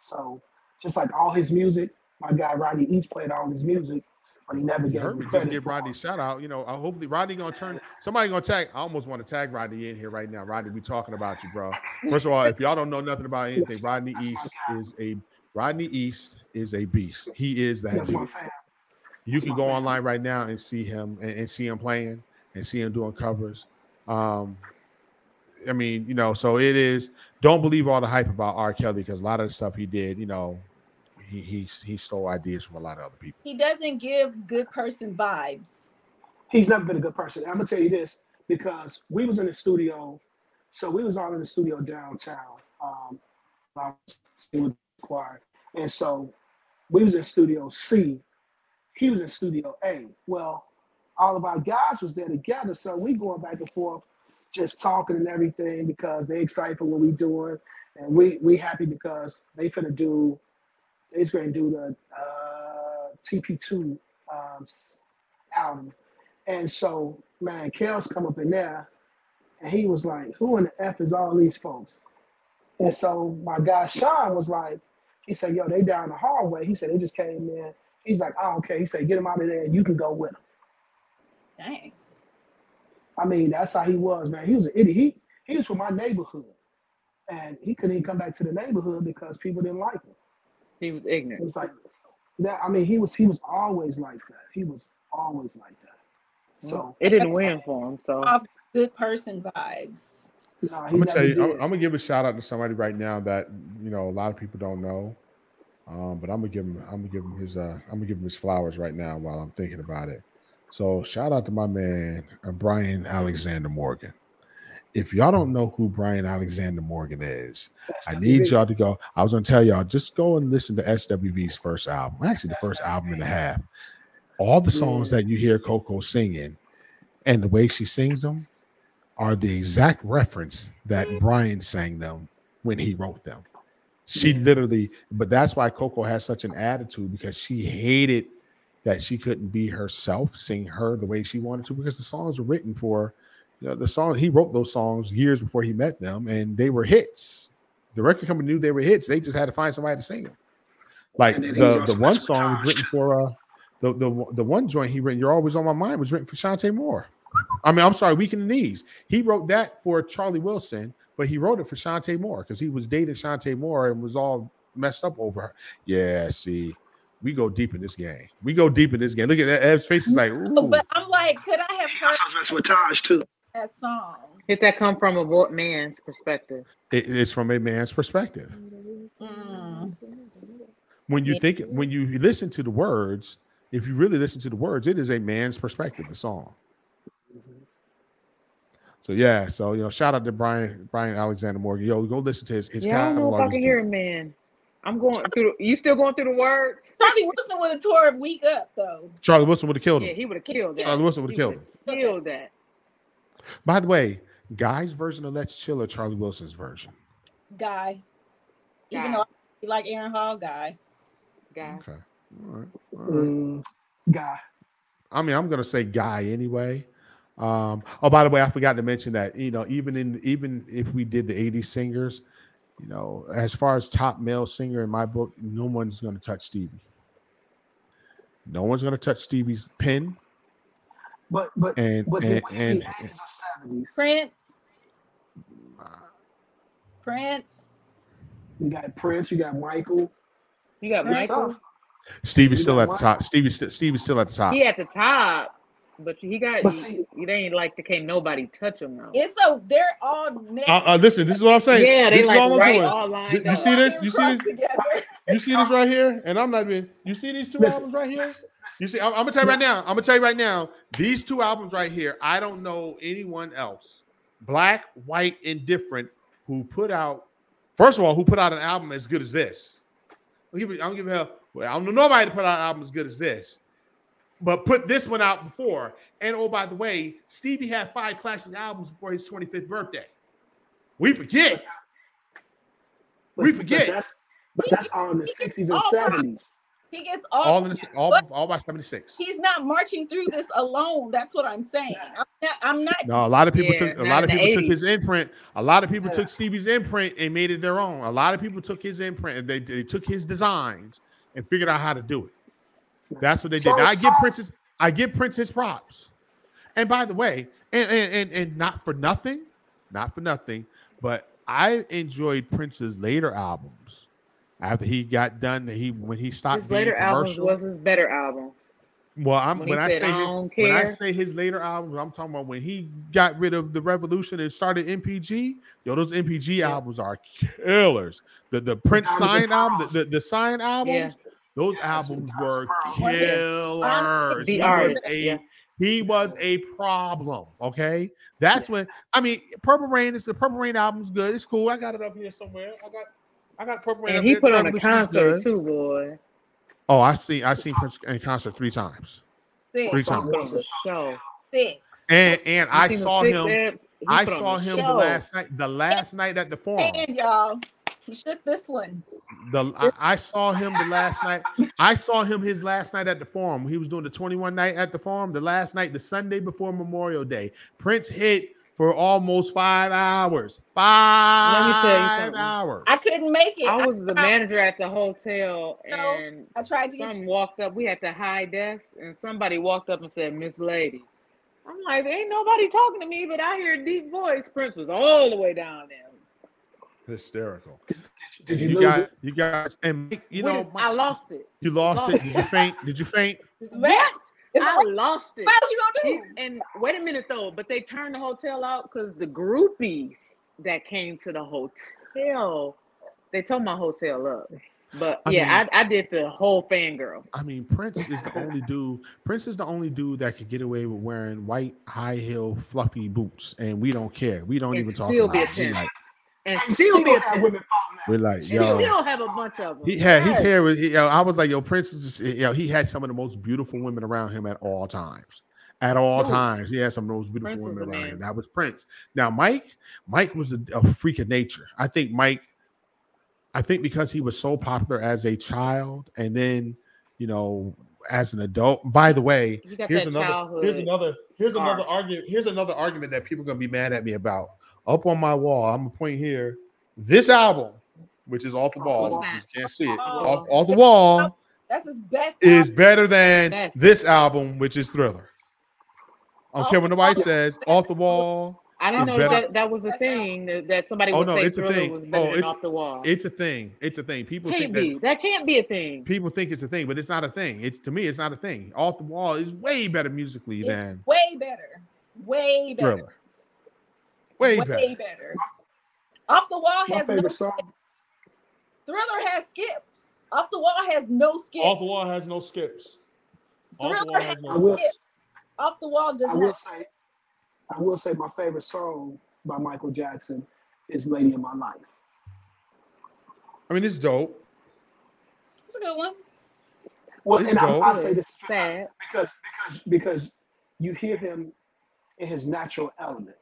C: So just like all his music, my guy Rodney East played all his music, but he never
A: You
C: gave
A: heard
C: him
A: me just
C: credit.
A: give
C: for
A: Rodney a
C: it.
A: shout out. You know, uh, hopefully Rodney gonna turn. Somebody gonna tag. I almost want to tag Rodney in here right now. Rodney, we talking about you, bro. First of all, if y'all don't know nothing about anything,
C: That's-
A: Rodney
C: that's my
A: East
C: guy.
A: is a Rodney East is a beast. He is that
C: That's
A: dude.
C: my fan.
A: you
C: That's
A: can
C: my
A: go
C: favorite.
A: online right now and see him and, and see him playing and see him doing covers. Um, I mean, you know, so it is. Don't believe all the hype about R. Kelly because a lot of the stuff he did, you know, he he he stole ideas from a lot of other people.
B: He doesn't give good person vibes.
C: He's never been a good person. I'm gonna tell you this because we was in the studio, so we was all in the studio downtown. Um, I was in with the choir, and so we was in Studio C, He was in Studio A. Well, all of our guys was there together, so we going back and forth, just talking and everything because they excited for what we doing, and we we happy because they finna do, they's gonna do the uh, TP2 um, s- album, and so man, Kels come up in there, and he was like, "Who in the f is all these folks?" And so my guy Sean was like, he said, yo, they down the hallway. He said, they just came in. He's like, I don't care. He said, get them out of there and you can go with them.
B: Dang.
C: I mean, that's how he was, man. He was an idiot. He, he was from my neighborhood. And he couldn't even come back to the neighborhood because people didn't like him.
D: He was
C: It
D: ignorant.
C: was like that. I mean, he was he was always like that. He was always like that. So
D: It didn't win for him. So
B: Off good person vibes.
C: nah,
A: I'm gonna
C: he never
A: Mm. tell you. I'm,
C: did.
A: I'm gonna give a shout out to somebody right now that you know a lot of people don't know, um, but I'm gonna give him. I'm gonna give him his. Uh, I'm gonna give him his flowers right now while I'm thinking about it. So shout out to my man uh, Brian Alexander Morgan. If y'all don't know who Brian Alexander Morgan is,
C: That's
A: I
C: the
A: need
C: big-
A: y'all to go. I was gonna tell y'all just go and listen to SWV's first album, actually the first album and a half. All the songs
C: Yeah.
A: that you hear Coco singing and the way she sings them are the exact reference that Brian sang them when he wrote them. She literally, but that's why Coco has such an attitude because she hated that she couldn't be herself, sing her the way she wanted to, because the songs were written for you know, the song he wrote those songs years before he met them, and they were hits. The record company knew they were hits, they just had to find somebody to sing them. Like
C: And then he was
A: the, the
C: also
A: one
C: Mr.
A: song was
C: Taj.
A: written for uh the, the the one joint he written, You're Always on My Mind, was written for Shantae Moore. I mean, I'm sorry, Weekend in the Knees. He wrote that for Charlie Wilson, but he wrote it for Shantae Moore because he was dating Shantae Moore and was all messed up over her. Yeah, see, we go deep in this game. We go deep in this game. Look at that. Ev's face is like,
B: Oh,
A: ooh.
B: but I'm like, could I have heard
C: That's how I was messing with Taj too.
B: that song?
D: did that come from a bo- man's perspective?
A: It- it's from a man's perspective.
B: Mm.
A: When you
B: Yeah.
A: think, when you listen to the words, if you really listen to the words, it is a man's perspective, the song. So yeah, so you know, shout out to Brian Brian Alexander Morgan. Yo, go listen to his his
D: yeah, I don't know if I
A: catalog.
D: can
A: is
D: hear
A: deep.
D: a man. I'm going through. The, you still going through the words?
B: Charlie Wilson would have tore week up though.
A: Charlie Wilson would have killed him.
D: Yeah, he would have killed that.
A: Charlie Wilson would have
D: He
A: killed him.
D: would've Killed that.
A: By the way, Guy's version of Let's Chill or Charlie Wilson's version?
B: Guy. Even
D: Guy.
B: though I like Aaron Hall guy.
D: Guy.
A: Okay. All right. All right.
C: Mm, guy.
A: I mean, I'm gonna say Guy anyway. Um, oh, by the way, I forgot to mention that you know, even in even if we did the '80s singers, you know, as far as top male singer in my book, no one's gonna touch Stevie. No one's gonna touch Stevie's pen,
C: But but
A: and
C: but the
A: and,
C: way
A: and,
C: the 80s or 70s,
B: Prince. Prince.
C: you got Prince, you got Michael.
D: You got
C: It's
D: Michael.
C: tough.
A: Stevie's still
C: You
A: at
C: know
A: the
C: what?
A: top. Stevie's st- Stevie's still at the top.
D: He at the top, but he got.
C: But see-
D: it ain't like they can't nobody touch him though.
B: It's so they're all next.
A: Uh, uh, listen, this is what I'm saying.
D: yeah, they
A: this
D: like
A: is all I'm
D: right
A: doing.
D: all lined
A: You
D: up.
A: see this? You see this?
B: Together.
A: You see this right here, and I'm not even. You see these two
C: Listen,
A: albums right here.
C: listen,
A: You see, I'm, I'm gonna tell you right now. I'm gonna tell you right now. These two albums right here. I don't know anyone else, black, white, and different, who put out. First of all, who put out an album as good as this? I'll give you- I don't give a hell. Well, I don't know nobody to put out an album as good as this. But put this one out before. And oh, by the way, Stevie had five classic albums before his 25th birthday. We forget.
C: But-
A: We
C: but
A: forget.
C: that's but that's all in the sixties and
B: all right.
C: seventies.
B: He gets all,
A: All in the, all, all by 76.
B: he's not marching through this alone. That's what I'm saying. I'm not I'm not
A: No, a lot of people
D: Yeah,
A: took a
D: not
A: lot of
D: in the
A: people took his
D: 80s.
A: imprint. A lot of people
C: Yeah.
A: took Stevie's imprint and made it their own. A lot of people took his imprint and they, they took his designs and figured out how to do it. That's what they
C: So-
A: did. Now, I
C: so-
A: give Prince's I give Prince his props. And by the way, and and and, and not for nothing, not for nothing, but I enjoyed Prince's later albums after he got done. He when he stopped
D: His
A: being
D: later albums
A: commercial.
D: was his better albums.
A: Well, I'm
D: When
A: when,
D: he
A: I
D: said,
A: say
D: "I
A: his-
D: don't
A: when I
D: care."
A: say his later albums, I'm talking about when he got rid of the revolution and started MPG. Yo, those MPG
D: Yeah.
A: albums are killers. The the Prince
C: Diamonds
A: Sign
C: and
A: album,
C: Pearls.
A: the, the, the Sign albums, those
C: Yeah, that's what
A: albums
C: Diamonds
A: were
C: and Pearls
A: killers.
C: was.
D: The
A: He was
D: artist,
A: a
D: yeah.
A: he was a problem. Okay, that's when I mean Purple Rain is the Purple Rain album's good. It's cool. I got it up here somewhere. I got I got Purple Rain.
D: And
A: up
D: he
A: there.
D: put on a
A: Revolution's
D: concert
A: good.
D: too, boy.
A: Oh, I see. I seen Prince in concert three times, three
F: Six.
A: times,
D: Put on a show.
F: Six.
A: and and I
D: You seen the
A: saw
D: oh six
A: him.
D: abs? He
A: I
D: put on
A: saw
D: a
A: him
D: show.
A: the last night. The last night at the forum.
B: And y'all, he shook this one.
A: The I, I saw him the last night. I saw him his last night at the forum. He was doing the 21 night at the forum. The last night, the Sunday before Memorial Day. Prince hit for almost five hours. Five
D: Let me tell you something.
A: hours.
F: I couldn't make it.
D: I was the manager at the hotel, and
F: I tried to get
D: some walked up. We had the high desk, and somebody walked up and said, "Miss Lady." I'm like, ain't nobody talking to me, but I hear a deep voice. Prince was all the way down there.
A: Hysterical.
C: Did you,
A: you
C: lose
A: got
C: it?
A: you got and Mike, you
D: What
A: know
D: is-
A: Mike,
D: I lost it.
A: you lost it. Did you faint? Did you faint?
F: this back. It's
D: I
F: like,
D: lost it.
F: what else you gonna
A: Oh.
D: He-
F: do?
D: And wait a minute though, but they turned the hotel out because the groupies that came to the hotel, they tore my hotel up. But
A: I
D: yeah,
A: mean-
D: I, I did the whole fangirl.
A: I mean, Prince is the only dude. Prince is the only dude that could get away with wearing white high heel fluffy boots, and we don't care. We don't
D: And
A: even talk
D: still
A: about
D: be a
A: it. We
D: pimp.
A: like,
D: And
C: And
D: still be a
C: have
D: women.
C: women falling out.
A: we're like,
D: She
A: yo,
D: still have a bunch of them.
A: He had his hair was. Yo, I was like, yo, Prince was just. Yo, he had some of the most beautiful women around him at all times. At all
D: Dude.
A: times, he had some of those beautiful
D: Prince was
A: women
D: the
A: around
D: man.
A: him. That was Prince. Now, Mike, Mike was a, a freak of nature. I think Mike, I think because he was so popular as a child, and then you know, as an adult. By the way,
D: You got
A: here's
D: that
A: another.
D: childhood
A: Here's another. Here's
D: scar.
A: another argument. Here's another argument that people are gonna be mad at me about. Up on my wall, I'm gonna point here. This album, which is off the wall,
D: What's that?
A: you can't see it.
F: Oh.
A: Off, off the wall
F: That's his best.
A: is better than
D: Yes.
A: this album, which is Thriller. I don't care what nobody
F: Oh.
A: says. Off the wall,
D: I didn't
A: It's
D: know
A: better.
D: that that was a
F: That's
D: thing that, that somebody
A: Oh,
D: would
A: no,
D: say
A: it's a
D: Thriller
A: thing.
D: was
A: Oh,
D: better than
A: it's-
D: off the wall.
A: it's a thing. It's a thing. People
D: can't
A: think
D: be.
A: that
D: That, can't be a thing.
A: people think it's a thing, but it's not a thing. It's to me, it's not a thing. Off the wall is way better musically
F: It's
A: than
F: Way better. Way better.
A: Thriller. Way better.
F: Off the wall
C: My
F: has no
C: favorite song.
F: thriller has skips. Off the wall has no skips.
A: Off the wall has no skips. Off the wall
F: Thriller
A: has
C: I
A: no.
C: will. s-
F: Off the wall does
C: I will
F: not.
C: say. I will say my favorite song by Michael Jackson is "Lady of My Life."
A: I mean, it's dope.
F: It's a good one.
C: Well,
A: It's
C: and I,
A: dope.
C: I say this because
D: Sad.
C: because because because you hear him in his natural element.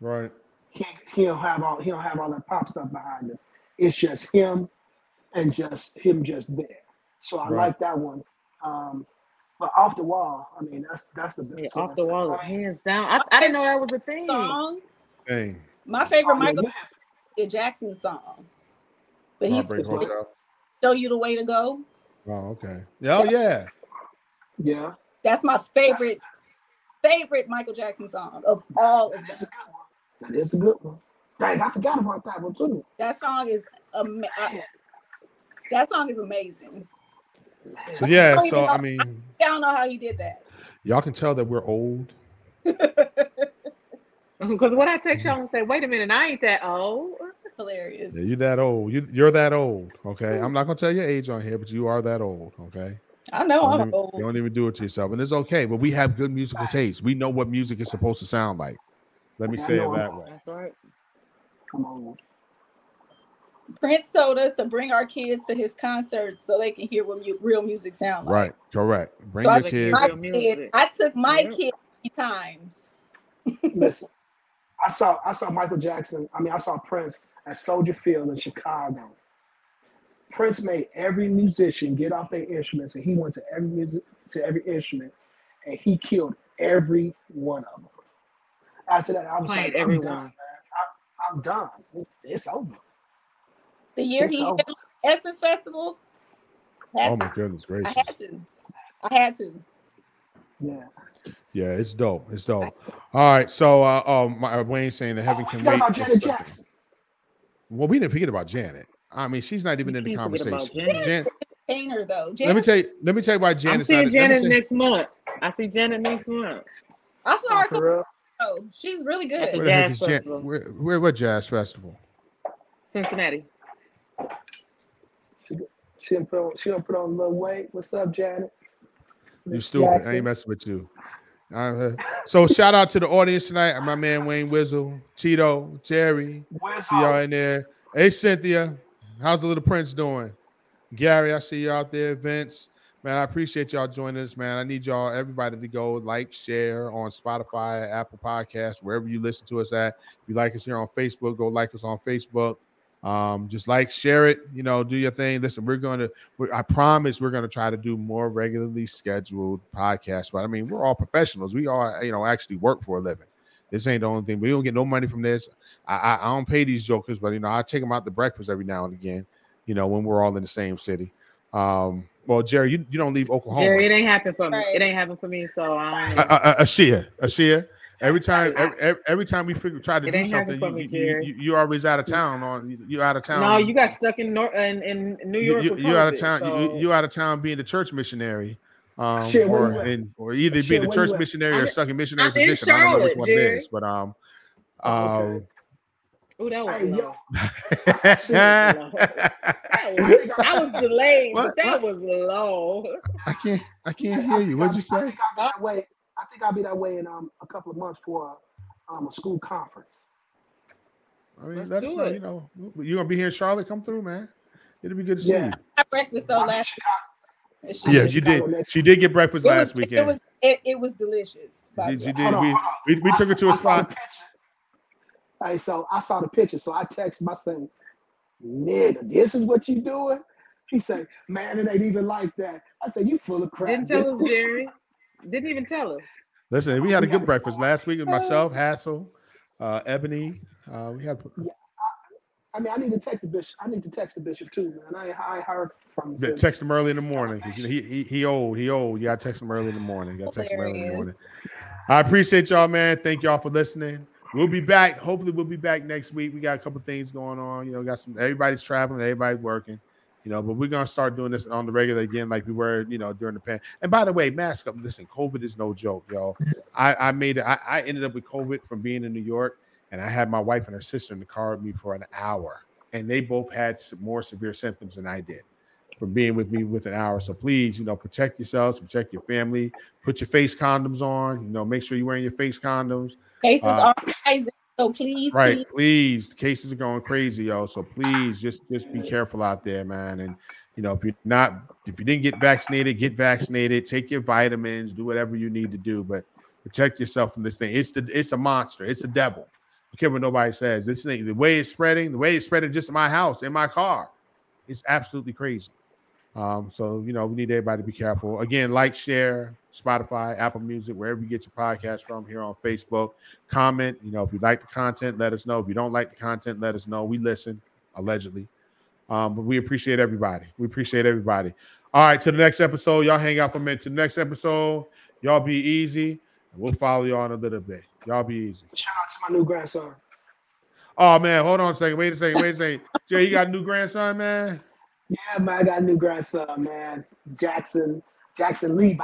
A: Right.
C: He he don't have all he don't have all that pop stuff behind him. It's just him and just him just there. So I
A: Right.
C: like that one. Um, but off the wall, I mean that's that's the best
D: Yeah,
C: one.
D: off
C: Oh,
D: the wall is
C: I mean,
D: hands down. I, I didn't know that was a thing.
B: Song.
A: Dang.
B: My favorite
C: Hmm. I mean,
B: Michael
C: you have-
B: Jackson song. But he's
A: Heartbreak Hotel.
B: show you the way to go.
A: Oh, okay. Oh, yeah.
C: Yeah,
B: That's my favorite, favorite Michael Jackson song of all of
C: that's
B: them.
C: a good one. That is a good one. Dang, I forgot about that one too.
B: That song is ama- I- that song is amazing.
A: So yeah,
B: don't even
A: so
B: know-
A: I mean,
B: I don't know how he did that.
A: y'all can tell that we're old.
D: Because what I text y'all and say, wait a minute, I ain't that old.
B: Hilarious.
A: Yeah, you that old. You you're that old. Okay, I'm not gonna tell your age on here, but you are that old. Okay,
B: I know
A: don't
B: I'm
A: even,
B: old.
A: don't even do it to yourself, and it's okay. But we have good musical taste. We know what music is supposed to sound like. Let me
C: Yeah, I
A: say it
C: know.
A: that way.
D: That's right.
C: Come on.
B: Prince told us to bring our kids to his concerts so they can hear what mu- real music sound like.
A: Right. Correct. Bring
B: So I
A: your
D: think
A: kids.
D: my-
B: My
D: Real
B: kid,
D: music.
B: I took my
D: Yep.
B: kid three times.
C: Listen, I saw I saw Michael Jackson. I mean, I saw Prince at Soldier Field in Chicago. Prince made every musician get off their instruments, and he went to every music to every instrument, and he killed every one of them. After that, I was like,
D: Played everyone.
C: I'm done. man. I, I'm done. It's over.
B: The year
C: It's
B: he
C: over.
B: hit Essence Festival, had
A: Oh
B: to.
A: my goodness
B: I
A: gracious!
B: had to. I had to.
C: Yeah.
A: Yeah, it's dope. It's dope. All right. So, uh, oh, my, Wayne's saying that
C: Oh,
A: heaven
C: I
A: can
C: forgot
A: wait.
C: about
A: is
C: Janet
A: something.
C: Jackson.
A: Well, we didn't forget about Janet. I mean, she's not even
D: You
A: in the
D: can't forget about
A: conversation.
D: Janet.
A: Jan-
B: Painter though.
A: let me
B: Janet,
A: tell you. Let me tell you why
D: I'm
A: Janet's not.
D: seeing
A: in- let me
D: Janet
A: tell you-
D: next month. I see Janet next month.
B: I saw
C: Oh,
B: her a couple
C: for real?
B: shows. She's really
D: At
B: good.
D: the
A: Where the heck
D: Jazz
A: is Jan-
D: Festival.
A: where, where what jazz festival?
D: Cincinnati.
C: She, she done put on she done put on a little weight. What's up, Janet?
A: You
C: Miss
A: stupid. I
C: Jackson.
A: ain't messing with you. Uh, so shout out to the audience tonight. My man Wayne Wizzle, Tito, Terry.
C: Where's
A: See y'all in there. Hey Cynthia, how's the little prince doing? Gary, I see you out there. Vince, Man, I appreciate y'all joining us, man. I need y'all, everybody, to go like, share on Spotify, Apple Podcasts, wherever you listen to us at. If you like us here on Facebook, go like us on Facebook. Um, just like, share it, you know, do your thing. Listen, we're going to, we, I promise we're going to try to do more regularly scheduled podcasts. But I mean, we're all professionals. We all, you know, actually work for a living. This ain't the only thing. We don't get no money from this. I, I, I don't pay these jokers, but, you know, I take them out to breakfast every now and again, you know, when we're all in the same city. Um, well, Jerry, you, you don't leave Oklahoma.
D: Jerry, it ain't happened for me. It ain't happened for me, so I don't know.
A: A- a- a Ashia, Ashia. Every time, every, every- every time we figure try to
D: It
A: do
D: ain't happened
A: something,
D: for
A: you,
D: me,
A: you,
D: Jerry.
A: you, you always out of town. On you out of town.
D: No, you got stuck in North in, in New
A: you,
D: York.
A: you,
D: with
A: you out of
D: COVID,
A: town.
D: so-
A: You, you out of town being the church missionary, um,
C: Shit, where you
A: or
C: at?
A: in, or either
C: Shit,
A: being the
C: where
A: church
C: you at?
A: missionary
D: I'm
A: or
D: in-
A: stuck in missionary
D: I'm in
A: position. I don't know which
D: Charlotte,
A: one
D: Jerry.
A: it is, but um,
C: Oh,
A: um.
C: okay.
D: Ooh, that was
C: Hey,
D: low.
C: yo.
D: That was, I was delayed,
A: What?
D: but that was low.
A: I can't. I can't hear you. What'd you
C: I
A: say?
C: think I'll be that way. I think I'll be that way in um, a couple of months for um, a school conference.
A: I mean,
D: Let's
A: let us
D: do
A: know.
D: it.
A: You know, you gonna be here in Charlotte. Come through, man. It'll be good to see
C: Yeah.
A: you.
F: I had breakfast though
C: I'll be in
F: last.
C: Chicago.
F: Yes,
A: Yeah,
C: Yes,
A: she
C: Chicago
A: did.
C: next
A: She did get breakfast
F: It
A: last
F: was,
A: weekend.
F: It was it, it was delicious. by
A: she,
F: the
A: she
F: way.
A: did.
C: Hold on,
A: we,
C: hold on.
A: we we
C: I
A: took her to
C: saw- I
A: a
C: saw the
A: spot.
C: picture. Hey, so I saw the picture. So I text my son, nigga, this is what you doing? He said, man, it ain't even like that. I said, you full of crap.
D: Didn't
C: dude."
D: tell us, Jerry. Didn't even tell us.
A: Listen, we had a
C: We
A: good
C: had-
A: breakfast last week with myself, Hassel, uh, Ebony. Uh, we had
C: I mean, I need to text the bishop. I need to text the bishop too, man. I, ain't- I ain't heard from him.
A: yeah,
C: since.
A: text him early in the morning. 'cause, you know, he, he he old, he old. You gotta text him early in the morning. You gotta text him early in the
F: Hilarious.
A: morning. I appreciate y'all, man. Thank y'all for listening. We'll be back. Hopefully, we'll be back next week. We got a couple things going on. You know, got some everybody's traveling, everybody's working. You know, but we're gonna start doing this on the regular again, like we were, you know, during the pan. And by the way, mask up. Listen, COVID is no joke, y'all. I, I made it. I, I ended up with COVID from being in New York, and I had my wife and her sister in the car with me for an hour, and they both had some more severe symptoms than I did from being with me with an hour. So please, you know, protect yourselves, protect your family, put your face condoms on. You know, make sure you're wearing your face condoms.
F: Cases
A: Uh,
F: are rising, so please,
A: Right,
F: please
A: please. The cases are going crazy, yo. So please, just just be careful out there, man. And you know, if you're not, if you didn't get vaccinated, get vaccinated. Take your vitamins. Do whatever you need to do, but protect yourself from this thing. It's the it's a monster. It's the devil. I don't care what nobody says. This thing, the way it's spreading, the way it's spreading, just in my house, in my car, it's absolutely crazy. Um, so you know, we need everybody to be careful. Again, like, share, Spotify, Apple Music, wherever you get your podcast from. Here on Facebook, comment. You know, if you like the content, let us know. If you don't like the content, let us know. We listen, allegedly. Um, but we appreciate everybody. We appreciate everybody. All right, to the next episode. Y'all hang out for a minute. To the next episode, y'all be easy, and we'll follow y'all in a little bit. Y'all be easy.
C: Shout out to my new grandson.
A: Oh man, hold on a second. Wait a second. Wait a second. Jerry, you got a new grandson, man.
C: Yeah, man, I got a new grandson, man. Jackson, Jackson Levi.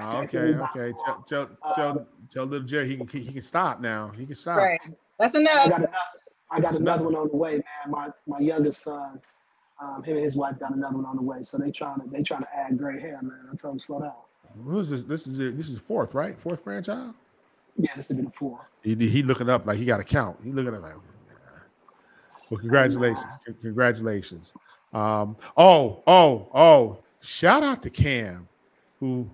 A: Ah,
C: Jackson
A: okay,
C: Levi.
A: okay. Tell tell tell, tell little Jerry he can he can stop now. He can stop.
F: Right. That's
C: I
F: enough.
C: got another. I got
A: It's
C: another
A: nothing.
C: one on the way, man. My my youngest son, um, him and his wife got another one on the way. So they trying to they trying to add gray hair, man. I told them slow down.
A: Who is this? This is it. this is fourth, right? Fourth grandchild.
C: Yeah, this would be the four.
A: He he looking up like he got a count. He looking at like. "Oh, "Yeah." Well, congratulations, Con- congratulations. Um. Oh oh oh! Shout out to Cam, who.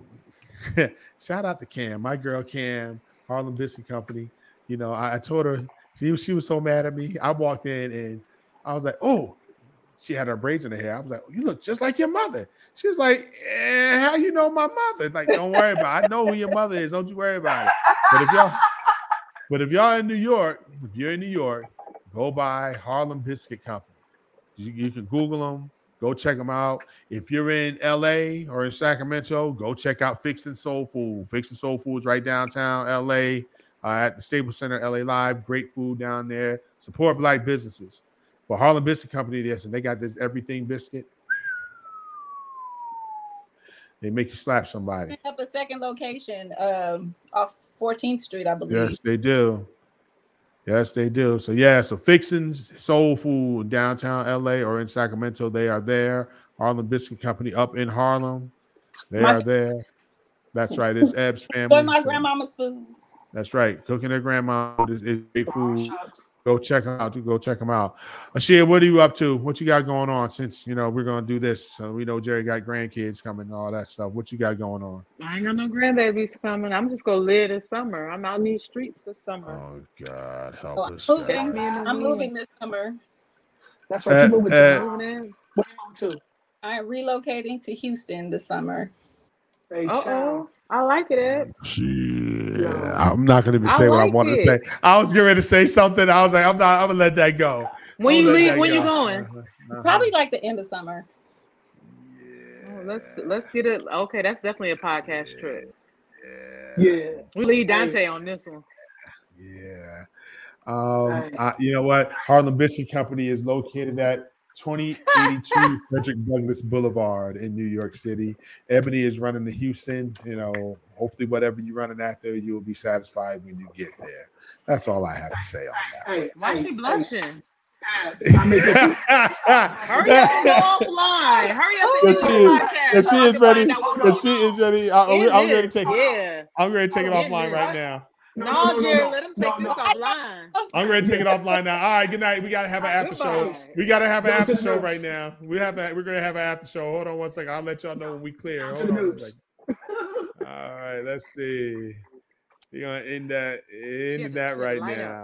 A: shout out to Cam, my girl Cam, Harlem Biscuit Company. You know, I, I told her she was- she was so mad at me. I walked in and I was like, oh. She had her braids in her hair. I was like, "You look just like your mother." She was like, eh, "How you know my mother?" Like, don't worry about. it. I know who your mother is. Don't you worry about it. But if y'all, but if y'all in New York, if you're in New York, go by Harlem Biscuit Company. You, you can Google them. Go check them out. If you're in LA or in Sacramento, go check out Fixin' Soul Food. Fixin' Soul Food is right downtown LA uh, at the Staples Center, LA Live. Great food down there. Support black businesses. But Harlem Biscuit Company, this and they got this everything biscuit. They make you slap somebody.
F: Up a second location um, off 14th Street, I believe.
A: Yes, they do. Yes, they do. So yeah, so Fixin's Soul Food in downtown LA or in Sacramento, they are there. Harlem Biscuit Company up in Harlem, they
F: My-
A: are there. That's right. It's Eb's family.
F: Enjoy my
A: so-
F: grandmama's food.
A: That's right. Cooking their grandma is, is great
C: Oh,
A: food.
C: shucks.
A: Go check them out. Go check them out. Ashia, what are you up to? What you got going on? Since you know we're gonna do this, uh, we know Jerry got grandkids coming, all that stuff. What you got going on?
D: I ain't got no grandbabies coming. I'm just gonna live this summer. I'm out in these streets this summer.
A: Oh God, help
F: Oh,
A: us.
F: okay.
A: God.
F: I'm moving this summer.
C: That's what you
A: Uh,
C: moving
A: uh,
C: to.
D: Moving in.
C: What you moving
F: I am relocating to Houston this summer.
C: to? H
D: Uh
C: Town.
D: oh, I like it. Ed.
A: Shit.
C: No.
A: I'm not gonna be
D: I
A: saying what I
D: like
A: wanted to say.
D: it.
A: I was getting ready to say something. I was like, I'm not. I'm gonna let that go.
D: When
A: I'm
D: you
A: gonna let
D: leave,
A: that
D: when you
A: Oh, go.
D: going?
A: Uh-huh.
F: Probably like the end of summer.
D: Oh, let's let's get it. Okay, that's definitely a podcast trip.
C: Yeah.
D: We leave Dante on this one.
A: Yeah. Um,
C: Hey.
A: I, you know what? Harlem Biscuit Company is located at 2082 Frederick Douglass Boulevard in New York City. Ebony is running to Houston. You know, hopefully, whatever you're running after, you'll be satisfied when you get there. That's all I have to say on that.
C: Hey,
D: Why
C: hey,
D: she
C: hey,
D: blushing?
C: I make it.
D: Hurry up and go offline. Hurry up and
A: Yes, she
D: do the
A: is. Yes, she
D: podcast. so I
A: is
D: can find
A: ready.
D: out what's
A: Yes, she
D: going on.
A: is ready. I,
D: End
A: am ready to
D: this.
A: take it.
D: Yeah.
A: I'm ready to take it
C: Oh,
A: offline
C: yes.
A: right now.
D: No,
C: no, no,
D: Jared,
C: no,
D: let him
C: no,
D: take this
C: no.
D: offline.
F: Oh,
A: I'm ready to take it offline now. All right, good night. We gotta have an after show.
D: Goodbye.
A: We gotta have an
C: Down to
A: after
C: the
A: show
C: notes.
A: right now. We have a, we're gonna have an after show. Hold on one second. I'll let y'all know when we clear.
C: Down
A: Hold
C: to the
A: on one
C: noobs.
A: second. All right, let's see. We're gonna end that
D: She had
A: end that
D: to- she had to
A: right
D: light up.
A: now.